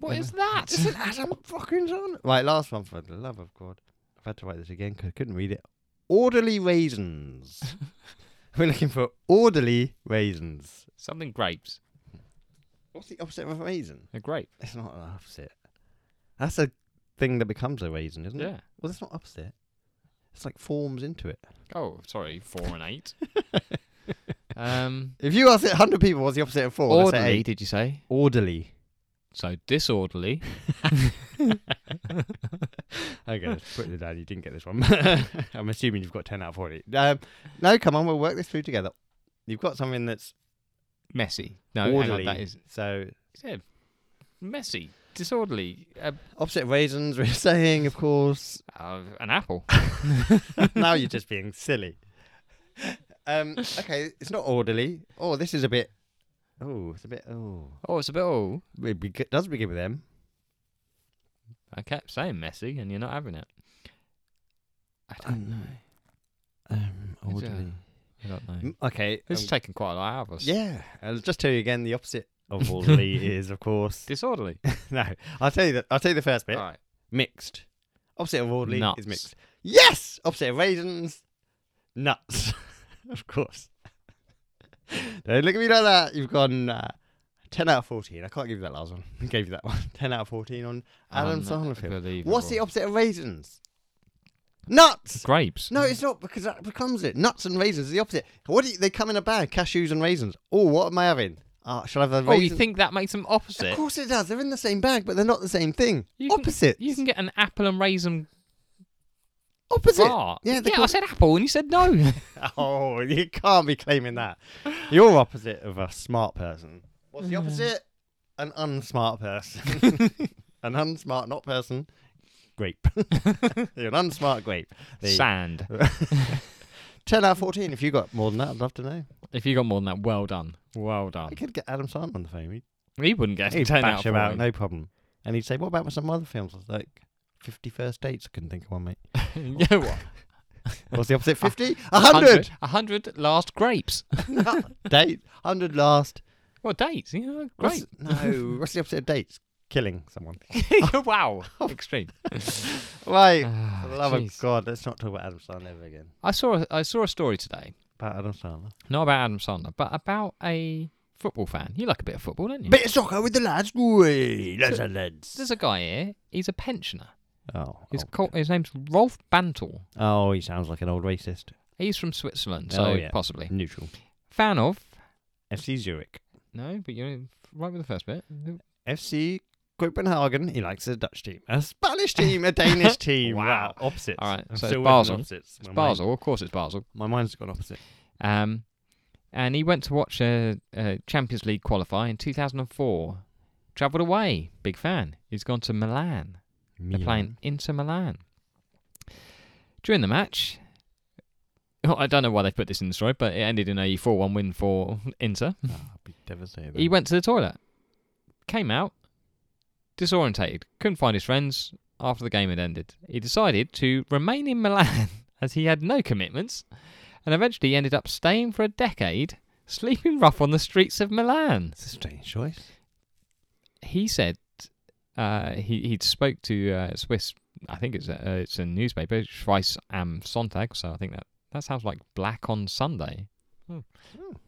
S2: What is that?
S1: It's an Adam fucking John. Right, last one for the love of God. I've had to write this again because I couldn't read it. Orderly raisins. We're looking for orderly raisins.
S2: Something grapes.
S1: What's the opposite of a raisin?
S2: A grape.
S1: It's not an opposite. That's a thing that becomes a raisin, isn't it?
S2: Yeah.
S1: Well, that's not opposite. It's like forms into it.
S2: Oh, sorry, four and eight. um,
S1: If you ask 100 people what's the opposite of four, they'll say
S2: orderly,
S1: Oh, eight.
S2: did you say?
S1: Orderly.
S2: So disorderly.
S1: Okay, let's put it down. You didn't get this one. I'm assuming you've got 10 out of 40. Um, no, come on, we'll work this through together. You've got something that's
S2: Messy. No, hang on,
S1: orderly.
S2: that is
S1: So,
S2: yeah, messy, disorderly. Uh,
S1: opposite of raisins, we're saying, of course.
S2: uh, an apple.
S1: now you're just being silly. Um, okay, it's not orderly. Oh, this is a bit. Oh, it's a bit. Oh.
S2: Oh, it's a bit. Oh,
S1: It be- does begin with M.
S2: I kept saying messy, and you're not having it. I don't know.
S1: Um,
S2: It's, uh, I don't know.
S1: Mm, Okay.
S2: This
S1: um,
S2: is taking quite a lot out of us.
S1: yeah. I'll just tell you again the opposite of orderly is, of course.
S2: Disorderly.
S1: no, I'll tell you that. I'll tell you the first bit.
S2: All right.
S1: Mixed. Opposite of orderly
S2: Nuts.
S1: is mixed. Yes. Opposite of raisins, nuts. of course. Don't look at me like that. You've gone uh, ten out of fourteen. I can't give you that last one. I gave you that one. Ten out of fourteen on
S2: Um,
S1: Adam Sandler film. What's the
S2: Unbelievable.
S1: opposite of raisins? Nuts.
S2: Grapes.
S1: No, it's not because that becomes it. Nuts and raisins are the opposite. What do you, they come in a bag? Cashews and raisins. Oh, what am I having? Ah, shall I have a
S2: Oh, you
S1: raisin?
S2: think that makes them
S1: Of
S2: opposite?
S1: course it does. They're in the same bag, but they're not the same thing.
S2: You can-
S1: Opposite.
S2: You can get an apple and raisin
S1: Opposite.
S2: bar.
S1: Yeah, they're
S2: yeah I
S1: called-
S2: said apple, and you said no.
S1: Oh, you can't be claiming that. You're opposite of a smart person. What's the
S2: Mm.
S1: opposite? An unsmart person. an unsmart not person. Grape. You're an unsmart grape. There you-
S2: Sand.
S1: 10 out of 14. If you got more than that, I'd love to know.
S2: If you got more than that, well done. Well
S1: I
S2: done.
S1: could get Adam Sandler on the phone. He'd,
S2: He wouldn't get
S1: he'd
S2: 10
S1: bash
S2: out of
S1: about,
S2: 40.
S1: no problem. And he'd say, What about some other films? I was like, 50 First Dates. I couldn't think of one, mate.
S2: yeah, what?
S1: What's the opposite? 50? 100!
S2: 100 last grapes.
S1: date, 100 last
S2: Well, dates. Yeah,
S1: What's-
S2: great.
S1: no, what's the opposite of dates? Killing someone.
S2: wow, extreme.
S1: Right.
S2: Ah,
S1: For the love of
S2: jeez.
S1: God, let's not talk about Adam Sandler ever again.
S2: I saw a, I saw a story today,
S1: About Adam Sandler.
S2: not about Adam Sandler, but about a football fan. You like a bit of football, don't you?
S1: Bit of soccer with the lads. Wee, lads and lads.
S2: There's a guy here. He's a pensioner.
S1: Oh,
S2: He's
S1: oh.
S2: called, his name's Rolf Bantel.
S1: Oh, he sounds like an old racist.
S2: He's from Switzerland, so
S1: Oh, yeah.
S2: possibly
S1: Neutral.
S2: fan of.
S1: FC Zurich.
S2: No, but you're right with the first bit.
S1: FC Copenhagen. He likes a Dutch team, a Spanish team, a Danish team.
S2: Wow.
S1: Opposites.
S2: All right,
S1: I'm
S2: so
S1: still
S2: it's
S1: working on
S2: Basel.
S1: Opposites.
S2: It's
S1: my
S2: Basel, of course, it's Basel.
S1: Mind, my mind's gone opposite.
S2: Um, and he went to watch a, a Champions League qualify in 2004. Travelled away, big fan. He's gone to Milan. They're playing Inter Milan. During the match, oh, I don't know why they put this in the story, but it ended in a 4 1 win for Inter.
S1: Milan. Ah, I'd be devastated.
S2: He went to the toilet, came out, disorientated, couldn't find his friends after the game had ended. He decided to remain in Milan as he had no commitments and eventually ended up staying for a decade, sleeping rough on the streets of Milan
S1: It's a strange choice.
S2: he said uh, he he spoke to uh, Swiss. I think it's a uh, it's a newspaper, Schweiz am Sonntag. So I think that that sounds like Black on Sunday. Hmm.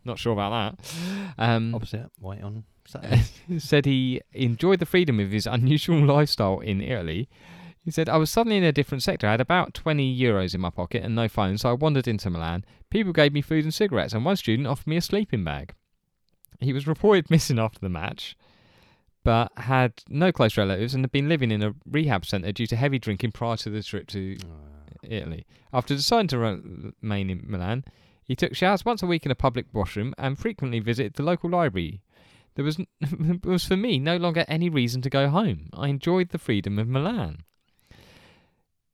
S2: Not sure about that. Um,
S1: Opposite, white on Saturday.
S2: said he enjoyed the freedom of his unusual lifestyle in Italy. He said, I was suddenly in a different sector. I had about 20 euros in my pocket and no phone, so I wandered into Milan. People gave me food and cigarettes, and one student offered me a sleeping bag. He was reported missing after the match, but had no close relatives and had been living in a rehab centre due to heavy drinking prior to the trip to
S1: Ah.
S2: Italy. After deciding to re- remain in Milan, he took showers once a week in a public washroom and frequently visited the local library. There was, n- there was for me no longer any reason to go home. I enjoyed the freedom of Milan.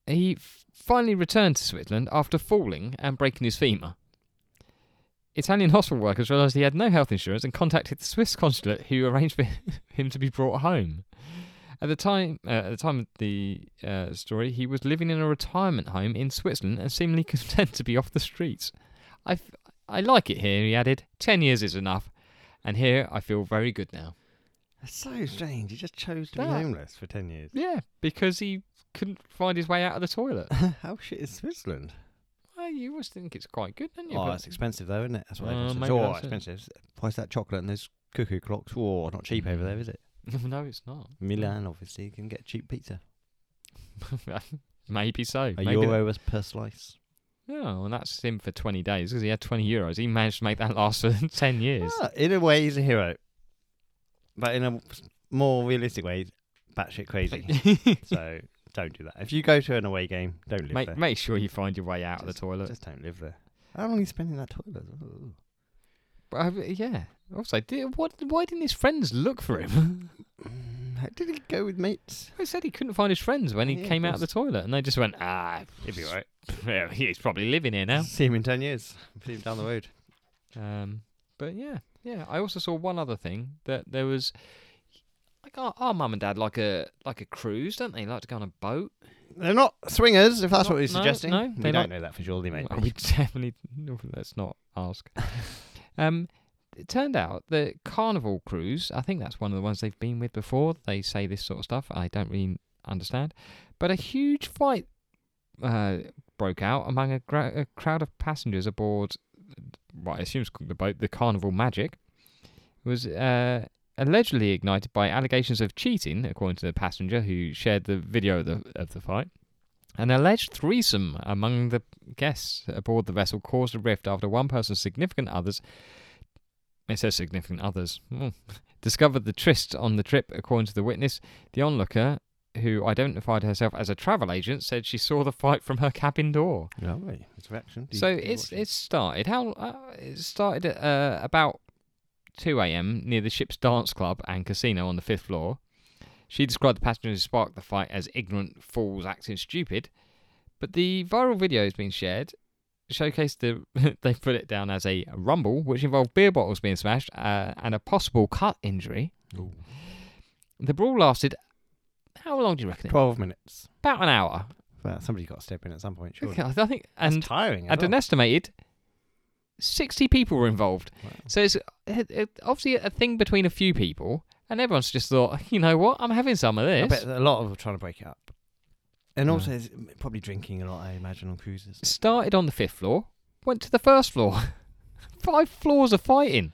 S2: He f- finally returned to Switzerland after falling and breaking his femur. Italian hospital workers realised he had no health insurance and contacted the Swiss consulate, who arranged for him to be brought home. At the time, uh, at the time of the uh, story, he was living in a retirement home in Switzerland and seemingly content to be off the streets. I, f- I like it here, he added. Ten years is enough, and here I feel very good now.
S1: That's so strange. He just chose to be
S2: That-
S1: homeless for 10 years.
S2: Yeah, because he couldn't find his way out of the toilet.
S1: How shit is Switzerland?
S2: well, you always think it's quite good, don't you?
S1: Oh,
S2: But-
S1: that's expensive though, isn't it? That's what
S2: Uh,
S1: everyone says.
S2: maybe
S1: Oh,
S2: that's it.
S1: expensive. Price that chocolate and those cuckoo clocks. Oh, not cheap
S2: Mm.
S1: over there, is it?
S2: no, it's not.
S1: Milan, obviously, you can get cheap pizza.
S2: Maybe so.
S1: A
S2: Maybe
S1: euro was per slice.
S2: That, oh, and that's him for 20 days because he had 20 euros. He managed to make that last for 10 years.
S1: Ah, in a way, he's a hero. But in a more realistic way, he's batshit crazy. so don't do that. If you go to an away game, don't live
S2: make,
S1: there.
S2: make sure you find your way out of the toilet.
S1: Just don't live there. How long are you spending in that toilet? Ooh.
S2: But I, yeah. Also, did, what? Why didn't his friends look for him?
S1: Mm, how Did he go with mates?
S2: I said he couldn't find his friends when he
S1: Yeah, of
S2: came out of the
S1: course.
S2: toilet, and they just went, "Ah, he'll be right. Well, He's probably living here now."
S1: See him in 10 years. See him down the road.
S2: Um, but yeah, yeah. I also saw one other thing that there was, like our, our mum and dad like a like a cruise, don't they? Like to go on a boat.
S1: They're not swingers, if that's
S2: Not-
S1: what you're
S2: no,
S1: suggesting.
S2: no,
S1: we
S2: they're
S1: don't
S2: not-
S1: know that for surely, mate.
S2: Well, we definitely no, let's not ask. um, it turned out the Carnival cruise. I think that's one of the ones they've been with before. They say this sort of stuff. I don't really understand, but a huge fight uh, broke out among a, gra- a crowd of passengers aboard. What I assume is called the boat, the Carnival Magic, was uh, allegedly ignited by allegations of cheating, according to the passenger who shared the video of the of the fight. An alleged threesome among the guests aboard the vessel caused a rift after one person's significant others. It says significant others. Hmm. Discovered the tryst on the trip, according to the witness. The onlooker, who identified herself as a travel agent, said she saw the fight from her cabin door.
S1: Lovely. It's reaction.
S2: so it's it's started. How uh, it started at uh, about two a.m. near the ship's dance club and casino on the fifth floor. She described the passengers who sparked the fight as ignorant fools acting stupid, but the viral video has been shared. Showcased the they put it down as a rumble, which involved beer bottles being smashed uh, and a possible cut injury. The brawl lasted. How long do you reckon? it-
S1: 12 minutes.
S2: About an hour.
S1: Well, somebody's got to step in at some point, surely.
S2: Okay, I think, and
S1: it's tiring. as
S2: at an
S1: well.
S2: estimated 60 people were involved.
S1: Wow.
S2: So it's it, it, obviously a thing between a few people, and everyone's just thought, you know what, I'm having some of
S1: I
S2: this.
S1: bet that a lot of them are trying to break it up. And
S2: Yeah.
S1: also, it's probably drinking a lot, I imagine, on cruises.
S2: Started on the fifth floor, went to the first floor. Five floors of fighting.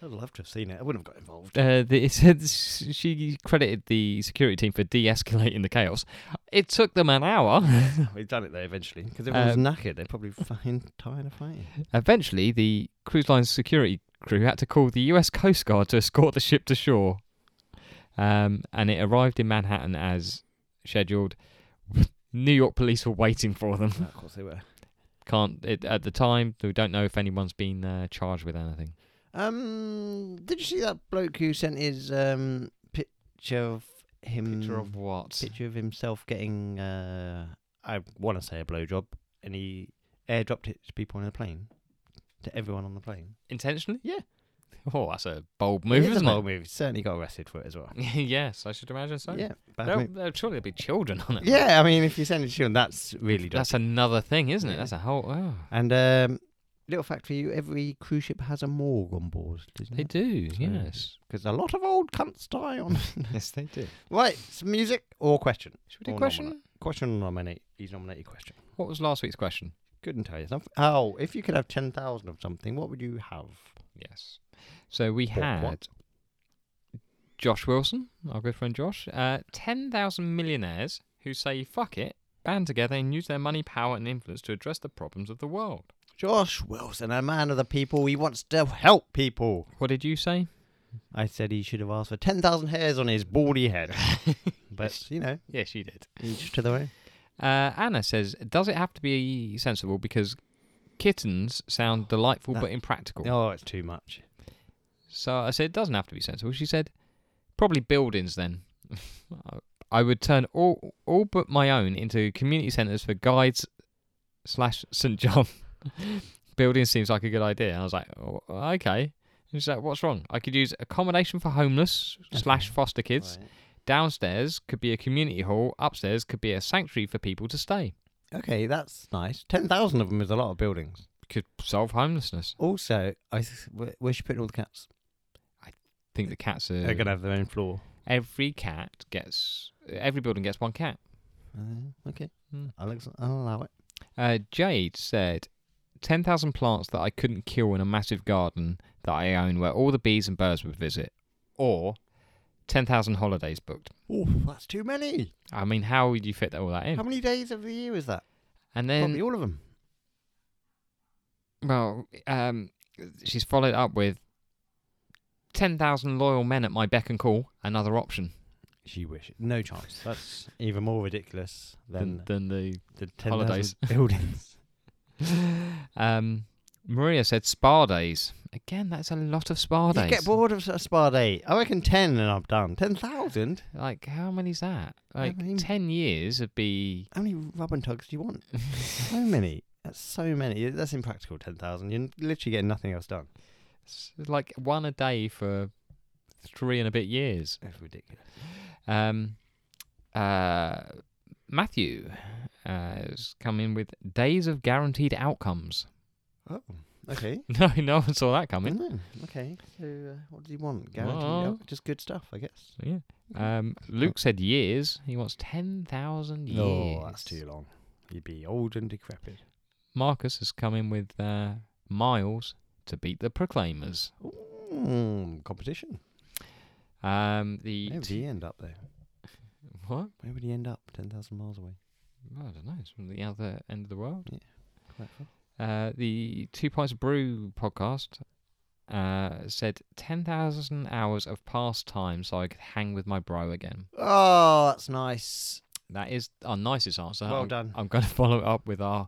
S1: I'd love to have seen it. I wouldn't have got involved.
S2: Uh, the, it said she credited the security team for de-escalating the chaos. It took them an hour.
S1: We've done it though eventually because
S2: Um,
S1: everyone's knackered. They're probably fucking tired of fighting.
S2: Eventually, the cruise line's security crew had to call the U.S. Coast Guard to escort the ship to shore, um, and it arrived in Manhattan as scheduled. New York police were waiting for them.
S1: No, of course they were.
S2: Can't it, at the time. We don't know if anyone's been uh, charged with anything.
S1: Um, did you see that bloke who sent his um picture of him?
S2: what?
S1: picture of himself getting uh, I want to say a blowjob, and he airdropped it to people on the plane, to everyone on the plane.
S2: Intentionally? Yeah. Oh, that's a bold move,
S1: It is
S2: isn't
S1: a
S2: it?
S1: bold move. Certainly got arrested for it as well.
S2: yes, I should imagine so.
S1: Yeah, bad
S2: There'll,
S1: move.
S2: there'll surely be children on it.
S1: Yeah, I mean, if you send it to children, that's really dodgy.
S2: That's another thing, isn't it?
S1: Yeah.
S2: That's a whole. Oh.
S1: And um, little fact for you: every cruise ship has a morgue on board, doesn't
S2: They
S1: it?
S2: do,
S1: So-
S2: yes.
S1: Because a lot of old cunts die on.
S2: yes, they do.
S1: right, some music or question?
S2: Should we do
S1: Or
S2: question?
S1: nominate. Question nominate. He's nominated question.
S2: What was last week's question?
S1: Couldn't tell you something. Oh, if you could have ten thousand of something, what would you have?
S2: Yes. So we
S1: Or
S2: had
S1: what?
S2: Josh Wilson, our good friend Josh, uh, 10,000 millionaires who say, fuck it, band together and use their money, power, and influence to address the problems of the world.
S1: Josh Wilson, a man of the people, he wants to help people.
S2: What did you say?
S1: I said he should have asked for ten thousand hairs on his baldy head, but you know,
S2: yes, you did.
S1: each to their own.
S2: Uh, Anna says, does it have to be sensible because kittens sound delightful
S1: That-
S2: but impractical?
S1: Oh, it's too much.
S2: So I said, it doesn't have to be sensible. She said, probably buildings then. I- I would turn all all but my own into community centres for guides slash St John. Building seems like a good idea. And I was like, oh, okay. And she's like, what's wrong? I could use accommodation for homeless slash foster kids.
S1: Right.
S2: Downstairs could be a community hall. Upstairs could be a sanctuary for people to stay.
S1: Okay, that's nice. Ten thousand of them is a lot of buildings.
S2: Could solve homelessness.
S1: Also, I th- where- where's she putting all the cats?
S2: I think the cats are.
S1: They're gonna have their own floor.
S2: Every cat gets. Every building gets one cat.
S1: Uh, okay,
S2: Hmm.
S1: I'll, ex- I'll allow it.
S2: Uh, Jade said, 10,000 plants that I couldn't kill in a massive garden that I own where all the bees and birds would visit, or 10,000 holidays booked.
S1: Oh, that's too many.
S2: I mean, how would you fit all that in?
S1: How many days of the year is that?
S2: And then,
S1: Probably all of them.
S2: well, um, she's followed up with 10,000 loyal men at my beck and call, another option
S1: She wishes. No chance. That's even more ridiculous
S2: than,
S1: than
S2: than the.
S1: the ten
S2: holidays.
S1: thousand buildings.
S2: Um, Maria said spa days. Again, that's a lot of spa
S1: You
S2: days.
S1: get bored of a spa day. I reckon ten, and I'm done. Ten thousand.
S2: Like, how many's that? Like,
S1: mean-
S2: 10 years would be.
S1: How many rub and tugs do you want? so many. That's so many. That's impractical. Ten thousand. You're literally getting nothing else done.
S2: It's like one a day for three and a bit years.
S1: That's ridiculous.
S2: Um, uh, Matthew uh, has come in with days of guaranteed outcomes.
S1: Oh, okay.
S2: No, no one saw that coming.
S1: No, Mm, okay. So, uh, what do you want? Guaranteed.
S2: Well-
S1: out- just good stuff, I guess.
S2: So, yeah. Um, Luke said years. He wants ten thousand years.
S1: No, Oh, that's too long. You'd be old and decrepit.
S2: Marcus has come in with uh, miles to beat the Proclaimers.
S1: Mm, competition.
S2: Um, the
S1: Where would he end up there?
S2: what?
S1: Where would he end up? Ten thousand miles away.
S2: I don't know. It's from the other end of the world.
S1: Quite far.
S2: Uh, the Two Pints of Brew podcast uh, said 10,000 hours of past time so I could hang with my bro again.
S1: Oh, that's nice.
S2: That is our nicest answer.
S1: Well
S2: I'm,
S1: done.
S2: I'm going to follow it up with our,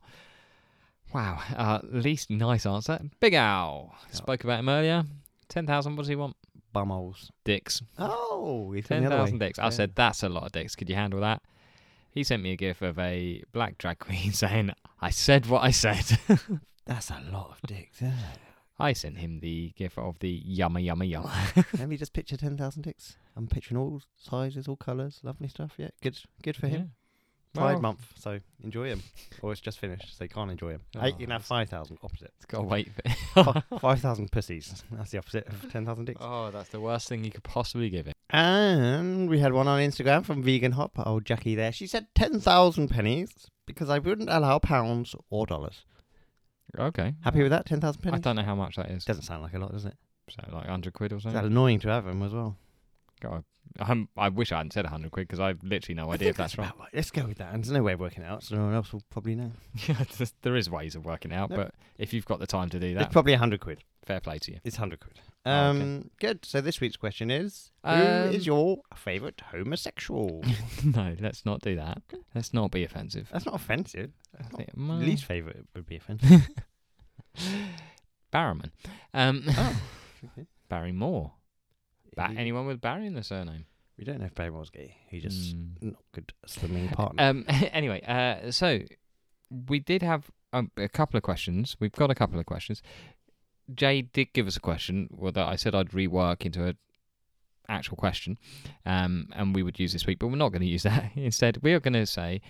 S2: wow, uh, least nice answer. Big Owl. Spoke about him earlier. 10,000, what does he want?
S1: Bumholes.
S2: Dicks.
S1: Oh, he's gone the other way.
S2: 10,000 dicks. I
S1: Yeah.
S2: said, that's a lot of dicks. Could you handle that? He sent me a gif of a black drag queen saying, I said what I said.
S1: That's a lot of dicks. isn't it?
S2: I sent him the gif of the yumma, yumma, yumma.
S1: Let me just picture ten thousand dicks. I'm picturing all sizes, all colours, lovely stuff. Yeah, good, good for him. Pride
S2: Well-
S1: month, so enjoy them. Or it's just finished, so you can't enjoy them.
S2: Oh,
S1: you can have
S2: that's-
S1: 5,000, opposite.
S2: It's got to wait. For
S1: Fi- 5,000 pussies. That's the opposite of 10,000 dicks.
S2: oh, that's the worst thing you could possibly give him.
S1: And we had one on Instagram from Vegan Hop, old Jackie there. She said 10,000 pennies because I wouldn't allow pounds or dollars.
S2: Okay.
S1: Happy with that? 10,000
S2: I
S1: pennies?
S2: don't know how much that is.
S1: Doesn't sound like a lot, does it?
S2: So like hundred quid or
S1: It's that
S2: something.
S1: annoying to have them as well.
S2: God, I'm, I wish I hadn't said hundred quid because I've literally no idea
S1: think
S2: if that's right.
S1: about right. Let's go with that. And there's no way of working it out, so no one else will probably know.
S2: Yeah, there's- there is ways of working out,
S1: No.
S2: but if you've got the time to do
S1: It's
S2: that,
S1: probably 100 quid.
S2: fair play to you.
S1: It's 100 quid.
S2: Oh, okay.
S1: Um, Good. So this week's question is Who
S2: Um,
S1: is your favourite homosexual?
S2: no, let's not do that. Let's not be offensive.
S1: That's not offensive. That's
S2: I
S1: not-
S2: think- well,
S1: Least favourite would be offensive.
S2: Barrowman. Um,
S1: oh. okay.
S2: Barry Moore. Ba-
S1: He-
S2: anyone with Barry in the surname.
S1: We don't know if Barrymore's gay. He just
S2: Mm.
S1: not good slimming partner.
S2: Um, anyway, uh, so we did have um, a couple of questions. We've got a couple of questions. Jay did give us a question well, that I said I'd rework into a actual question, um, and we would use this week, but we're not going to use that. Instead, we are going to say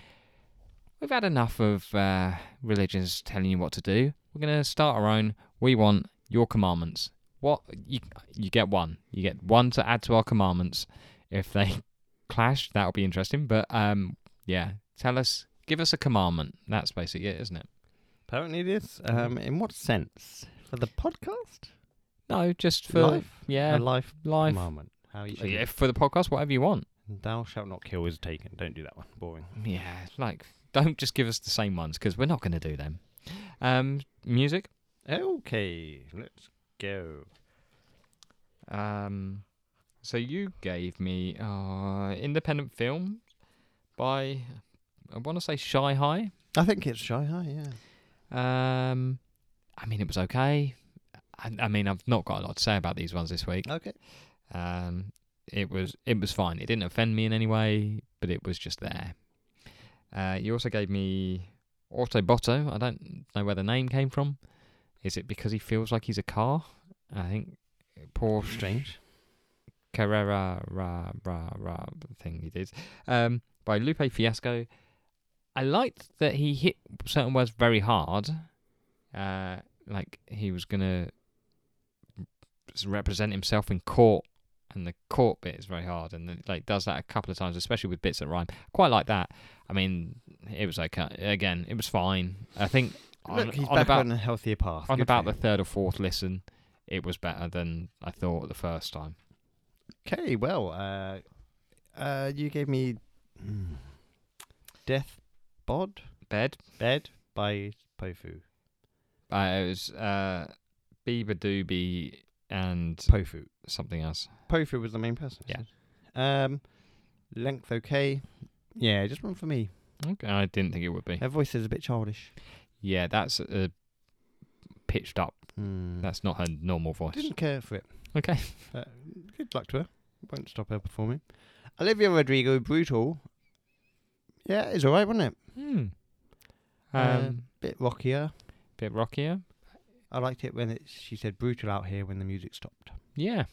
S2: we've had enough of uh, religions telling you what to do. We're going to start our own. We want your commandments. What you you get one. You get one to add to our commandments. If they clash, that'll be interesting. But um, yeah, tell us, give us a commandment. That's basically it, isn't it?
S1: Apparently it is.
S2: mm-hmm.
S1: Um, in what sense? For the podcast?
S2: No, just for
S1: life?
S2: yeah,
S1: A life
S2: life.
S1: moment. How you should
S2: Yeah, for the podcast, whatever you want.
S1: Thou shalt not kill is taken. Don't do that one. Boring.
S2: Yeah, like don't just give us the same ones because we're not going to do them. Um, music.
S1: Okay, let's go.
S2: Um, so you gave me uh independent film by I want to say Shy High.
S1: I think it's Shy High, yeah.
S2: Um, I mean it was okay. I, I mean I've not got a lot to say about these ones this week.
S1: Okay.
S2: Um, it was it was fine. It didn't offend me in any way, but it was just there. Uh, you also gave me Autobotto. I don't know where the name came from. Is it because he feels like he's a car? I think Porsche
S1: Strange.
S2: Carrera ra ra ra thing he did um, by Lupe Fiasco. I liked that he hit certain words very hard, uh, like he was gonna s- represent himself in court, and the court bit is very hard, and then, like does that a couple of times, especially with bits that rhyme. Quite like that. I mean, it was okay. Again, it was fine. I think on,
S1: Look, he's
S2: on
S1: back
S2: about
S1: on a healthier path.
S2: on
S1: Good for
S2: about the
S1: him.
S2: third or fourth listen, it was better than I thought the first time.
S1: Okay, well, uh, uh, you gave me mm, Death Bod
S2: Bed.
S1: Bed by Pofu.
S2: Uh, it was uh, Bieber Doobie and
S1: Pofu.
S2: something else.
S1: Pofu was the main person.
S2: Yeah.
S1: Um, length okay. Yeah, just one for me.
S2: Okay. I didn't think it would be.
S1: Her voice is a bit childish.
S2: Yeah, that's uh, pitched up.
S1: Mm.
S2: That's not her normal voice.
S1: Didn't care for it.
S2: Okay.
S1: Uh, good luck to her. Won't stop her performing. Olivia Rodrigo, brutal. Yeah, it's alright, wasn't it?
S2: Hmm. Um,
S1: Uh, Bit rockier.
S2: bit rockier.
S1: I liked it when it, she said brutal out here when the music stopped.
S2: Yeah.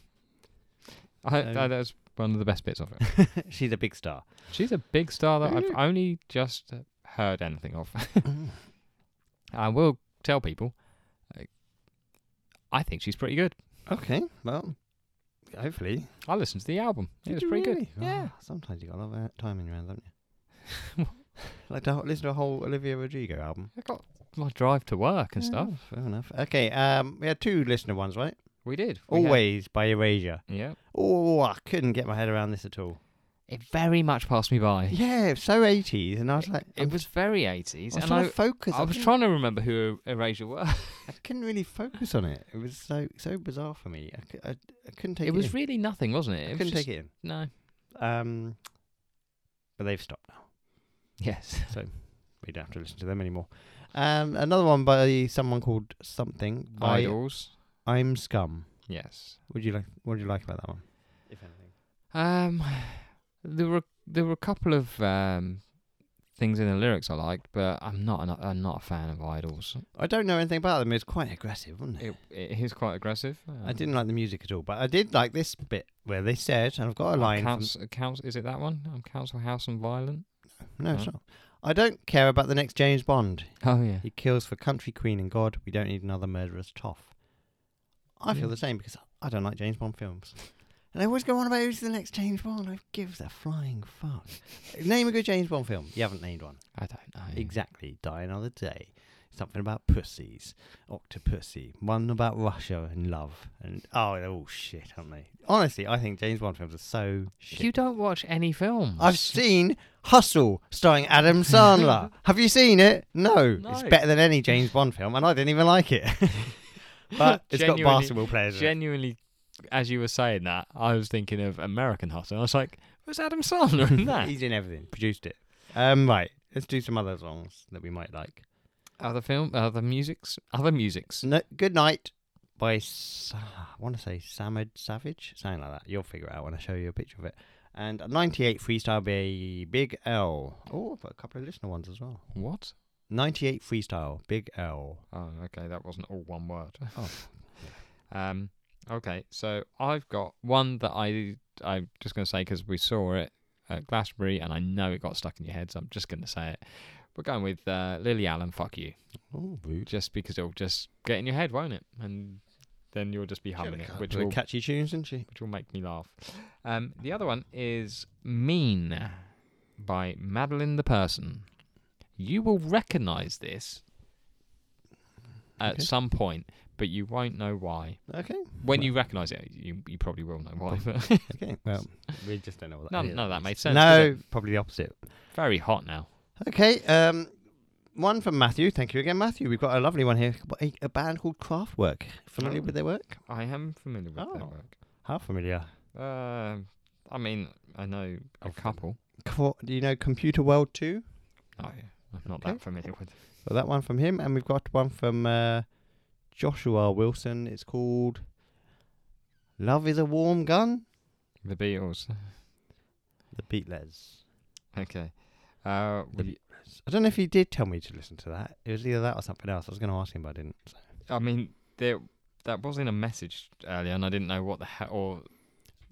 S2: I,
S1: Um,
S2: that, that was one of the best bits of it.
S1: She's a big star.
S2: She's a big star that I've
S1: Mm.
S2: only just heard anything of. I will tell people. uh, I think she's pretty good.
S1: okay, well, hopefully.
S2: I listened to the album. It
S1: Did
S2: was
S1: you
S2: pretty good.
S1: really? Oh,
S2: Yeah.
S1: sometimes you got a lot of uh, time in your hands, haven't you? like to ho- listen to a whole Olivia Rodrigo album
S2: I got my drive to work and
S1: Yeah,
S2: stuff.
S1: Fair enough. Okay, um, we had two listener ones, right?
S2: We did. We had-
S1: Always by Erasure.
S2: Yeah.
S1: Oh, I couldn't get my head around this at all.
S2: It very much passed me by.
S1: Yeah, it's so 80s, and I was like, I'm
S2: It was very 80s.
S1: I was
S2: and
S1: trying
S2: I,
S1: to focus.
S2: I was
S1: couldn't-
S2: trying to remember who Erasure were.
S1: I couldn't really focus on it. It was so so bizarre for me. I, cou- I, I couldn't take it.
S2: it was
S1: in.
S2: really nothing, wasn't
S1: I
S2: it? it was
S1: couldn't
S2: just-
S1: take it in.
S2: No.
S1: Um, but they've stopped now.
S2: Yes.
S1: We don't have to listen to them anymore. Um, another one by someone called something by
S2: Idols.
S1: I'm Scum.
S2: Yes.
S1: What do you like? What do you like about that one? If anything.
S2: Um, there were there were a couple of um things in the lyrics I liked, but I'm not an, I'm not a fan of Idols.
S1: I don't know anything about them. It was quite aggressive, wasn't it?
S2: It, it is quite aggressive. Um,
S1: I didn't like the music at all, but I did like this bit where they said, and I've got a line. From,
S2: Council, council, is it that one? Um, council House and Violent.
S1: No, it's
S2: Huh?
S1: not. I don't care about the next James Bond.
S2: Oh yeah.
S1: He kills for country, queen, and God. We don't need another murderous toff. I
S2: Yeah.
S1: feel the same because I don't like James Bond films. And I always go on about who's the next James Bond. I give the flying fuck. Name a good James Bond film. You haven't named one.
S2: I don't know.
S1: Exactly. Die Another Day. Something about pussies. Octopussy. One about Russia and love. And oh, they're all shit, aren't they? Honestly, I think James Bond films are so shit.
S2: You don't watch any films.
S1: I've seen Hustle starring Adam Sandler. Have you seen it? No. It's
S2: No.
S1: better than any James Bond film, and I didn't even like it. but it's got
S2: Genuinely-
S1: basketball players. in it.
S2: genuinely, as you were saying that, I was thinking of American Hustle. I was like, was Adam Sandler in that?
S1: He's in everything. Produced it. Um, right. Let's do some other songs that we might like.
S2: other film, other musics, other musics.
S1: No, Good Night by, Sa- I want to say Samad Savage? Something like that. You'll figure it out when I show you a picture of it. And 98 Freestyle by Big L. Oh, I've got a couple of listener ones as well.
S2: What?
S1: 98 Freestyle, Big L.
S2: Oh, okay, that wasn't all one word.
S1: Oh.
S2: Um, okay, so I've got one that I I'm just gonna say because we saw it at Glastonbury, and I know it got stuck in your head, so I'm just gonna say it. We're going with uh, Lily Allen. Fuck you,
S1: Oh, rude.
S2: just because it'll just get in your head, won't it? And then you'll just be humming it, which
S1: were
S2: will
S1: catchy tunes, isn't she?
S2: which will make me laugh. Um, the other one is Mean by Madeline the Person. You will recognize this at
S1: Okay.
S2: some point, but you won't know why.
S1: Okay.
S2: When
S1: Well-
S2: you recognize it, you, you probably will know why. But
S1: Okay. Well, we just don't know what that
S2: none,
S1: is.
S2: none of that made sense. did
S1: no,
S2: it?
S1: probably the opposite.
S2: Very hot now.
S1: Okay. Um, one from Matthew. Thank you again, Matthew. We've got a lovely one here. A, a band called Kraftwerk. Familiar
S2: Oh.
S1: with their work?
S2: I am familiar with their
S1: Oh.
S2: work.
S1: How familiar?
S2: Um I mean, I know a
S1: Of them.
S2: couple.
S1: Qu- Do you know Computer World 2?
S2: No, I'm not
S1: Oh, Okay.
S2: that familiar with
S1: Well, that one from him. And we've got one from uh, Joshua Wilson. It's called Love is a Warm Gun.
S2: the Beatles.
S1: The Beatles.
S2: Okay. Uh,
S1: The
S2: we-
S1: I don't know if he did tell me to listen to that. It was either that or something else. I was going to ask him, but I didn't. so.
S2: I mean, there that was in a message earlier, and I didn't know what the hell. Or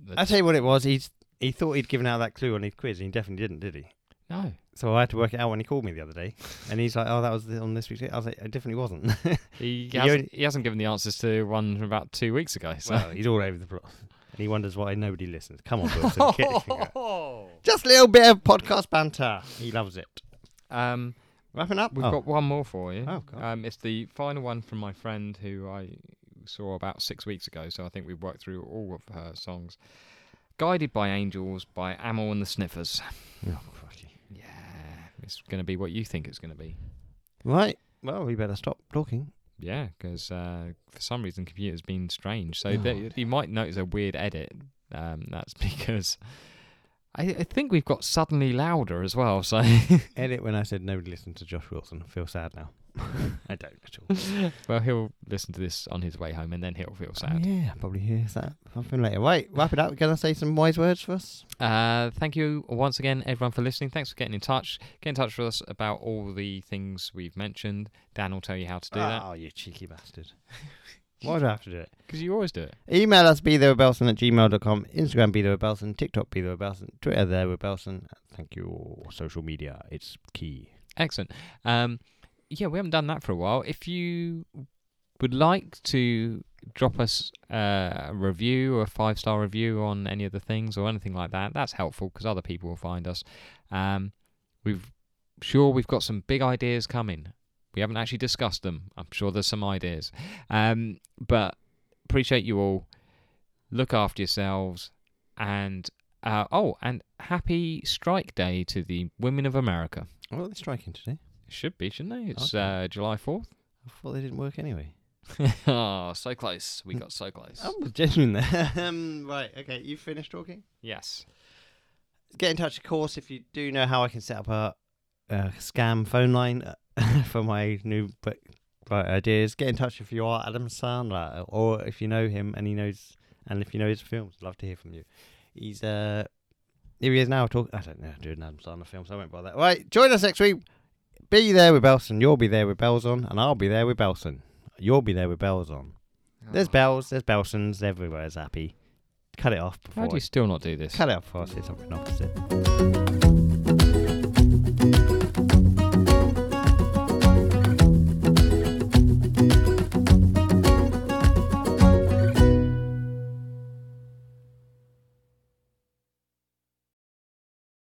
S2: the
S1: I'll tell you what it was. He's, he thought he'd given out that clue on his quiz, and he definitely didn't, did he?
S2: no,
S1: So I had to work it out when he called me the other day. And he's like, oh, that was the- on this week's. I was like, it definitely wasn't.
S2: he
S1: You
S2: hasn't,
S1: only-
S2: he hasn't given the answers to one from about two weeks ago. So.
S1: well, he's all over the place. And he wonders why nobody listens. Come on, Wilson. get your finger out. Just a little bit of podcast banter. He loves it.
S2: um,
S1: Wrapping up.
S2: we've
S1: Oh,
S2: got one more for you.
S1: Oh, God.
S2: um, it's the final one from my friend who I saw about six weeks ago. So I think we've worked through all of her songs. Guided by Angels by Amel and the Sniffers.
S1: oh, crikey.
S2: Yeah, it's going to be what you think it's going to be.
S1: Right. Well, we better stop talking.
S2: Yeah, because uh, for some reason computer's been strange. So
S1: Oh.
S2: that- you might notice a weird edit. Um, that's because I, I think we've got suddenly louder as well. So,
S1: Edit when I said nobody listened to Josh Wilson. I feel sad now. I don't at all.
S2: well, he'll listen to this on his way home, and then he'll feel
S1: Oh,
S2: sad.
S1: yeah, probably hears that something later. Right, wrap it up. Can I say some wise words for us?
S2: Uh, thank you once again, everyone, for listening. Thanks for getting in touch. Get in touch with us about all the things we've mentioned. Dan will tell you how to do that. 'Cause that
S1: Oh, you cheeky bastard. Why do I have to do it?
S2: because you always do it.
S1: Email us, be there Belson at gmail.com, Instagram, be there Belson, TikTok, be there Belson, Twitter, there with Belson. Thank you. all. Social media, it's key.
S2: Excellent. Um, yeah, we haven't done that for a while. If you would like to drop us uh, a review or a five star review on any of the things or anything like that, that's helpful because other people will find us. Um, we've sure we've got some big ideas coming. We haven't actually discussed them. I'm sure there's some ideas, um, but appreciate you all. Look after yourselves, and uh, oh, and happy Strike Day to the women of America.
S1: Well, they're striking today.
S2: Should be, shouldn't they? It's
S1: Okay.
S2: uh, July 4th.
S1: I thought they didn't work anyway.
S2: oh, so close. We got so close.
S1: I'm genuine there. um, right, okay, you finished talking?
S2: Yes.
S1: get in touch, of course, if you do know how I can set up a, a scam phone line uh, for my new book right, ideas. Get in touch if you are Adam Sandler or if you know him and he knows, and if you know his films. Love to hear from you. He's uh, here he is now. Talk. I don't know. Doing Adam Sandler films. I won't bother. Right, join us next week. Be there with Belson. You'll be there with bells on, and I'll be there with Belson. You'll be there with bells on.
S2: Ah.
S1: There's bells. There's Belsons. Everywhere's happy. Cut it off before.
S2: Why do
S1: I-
S2: you still not do this?
S1: Cut it off before I say something opposite. Bye.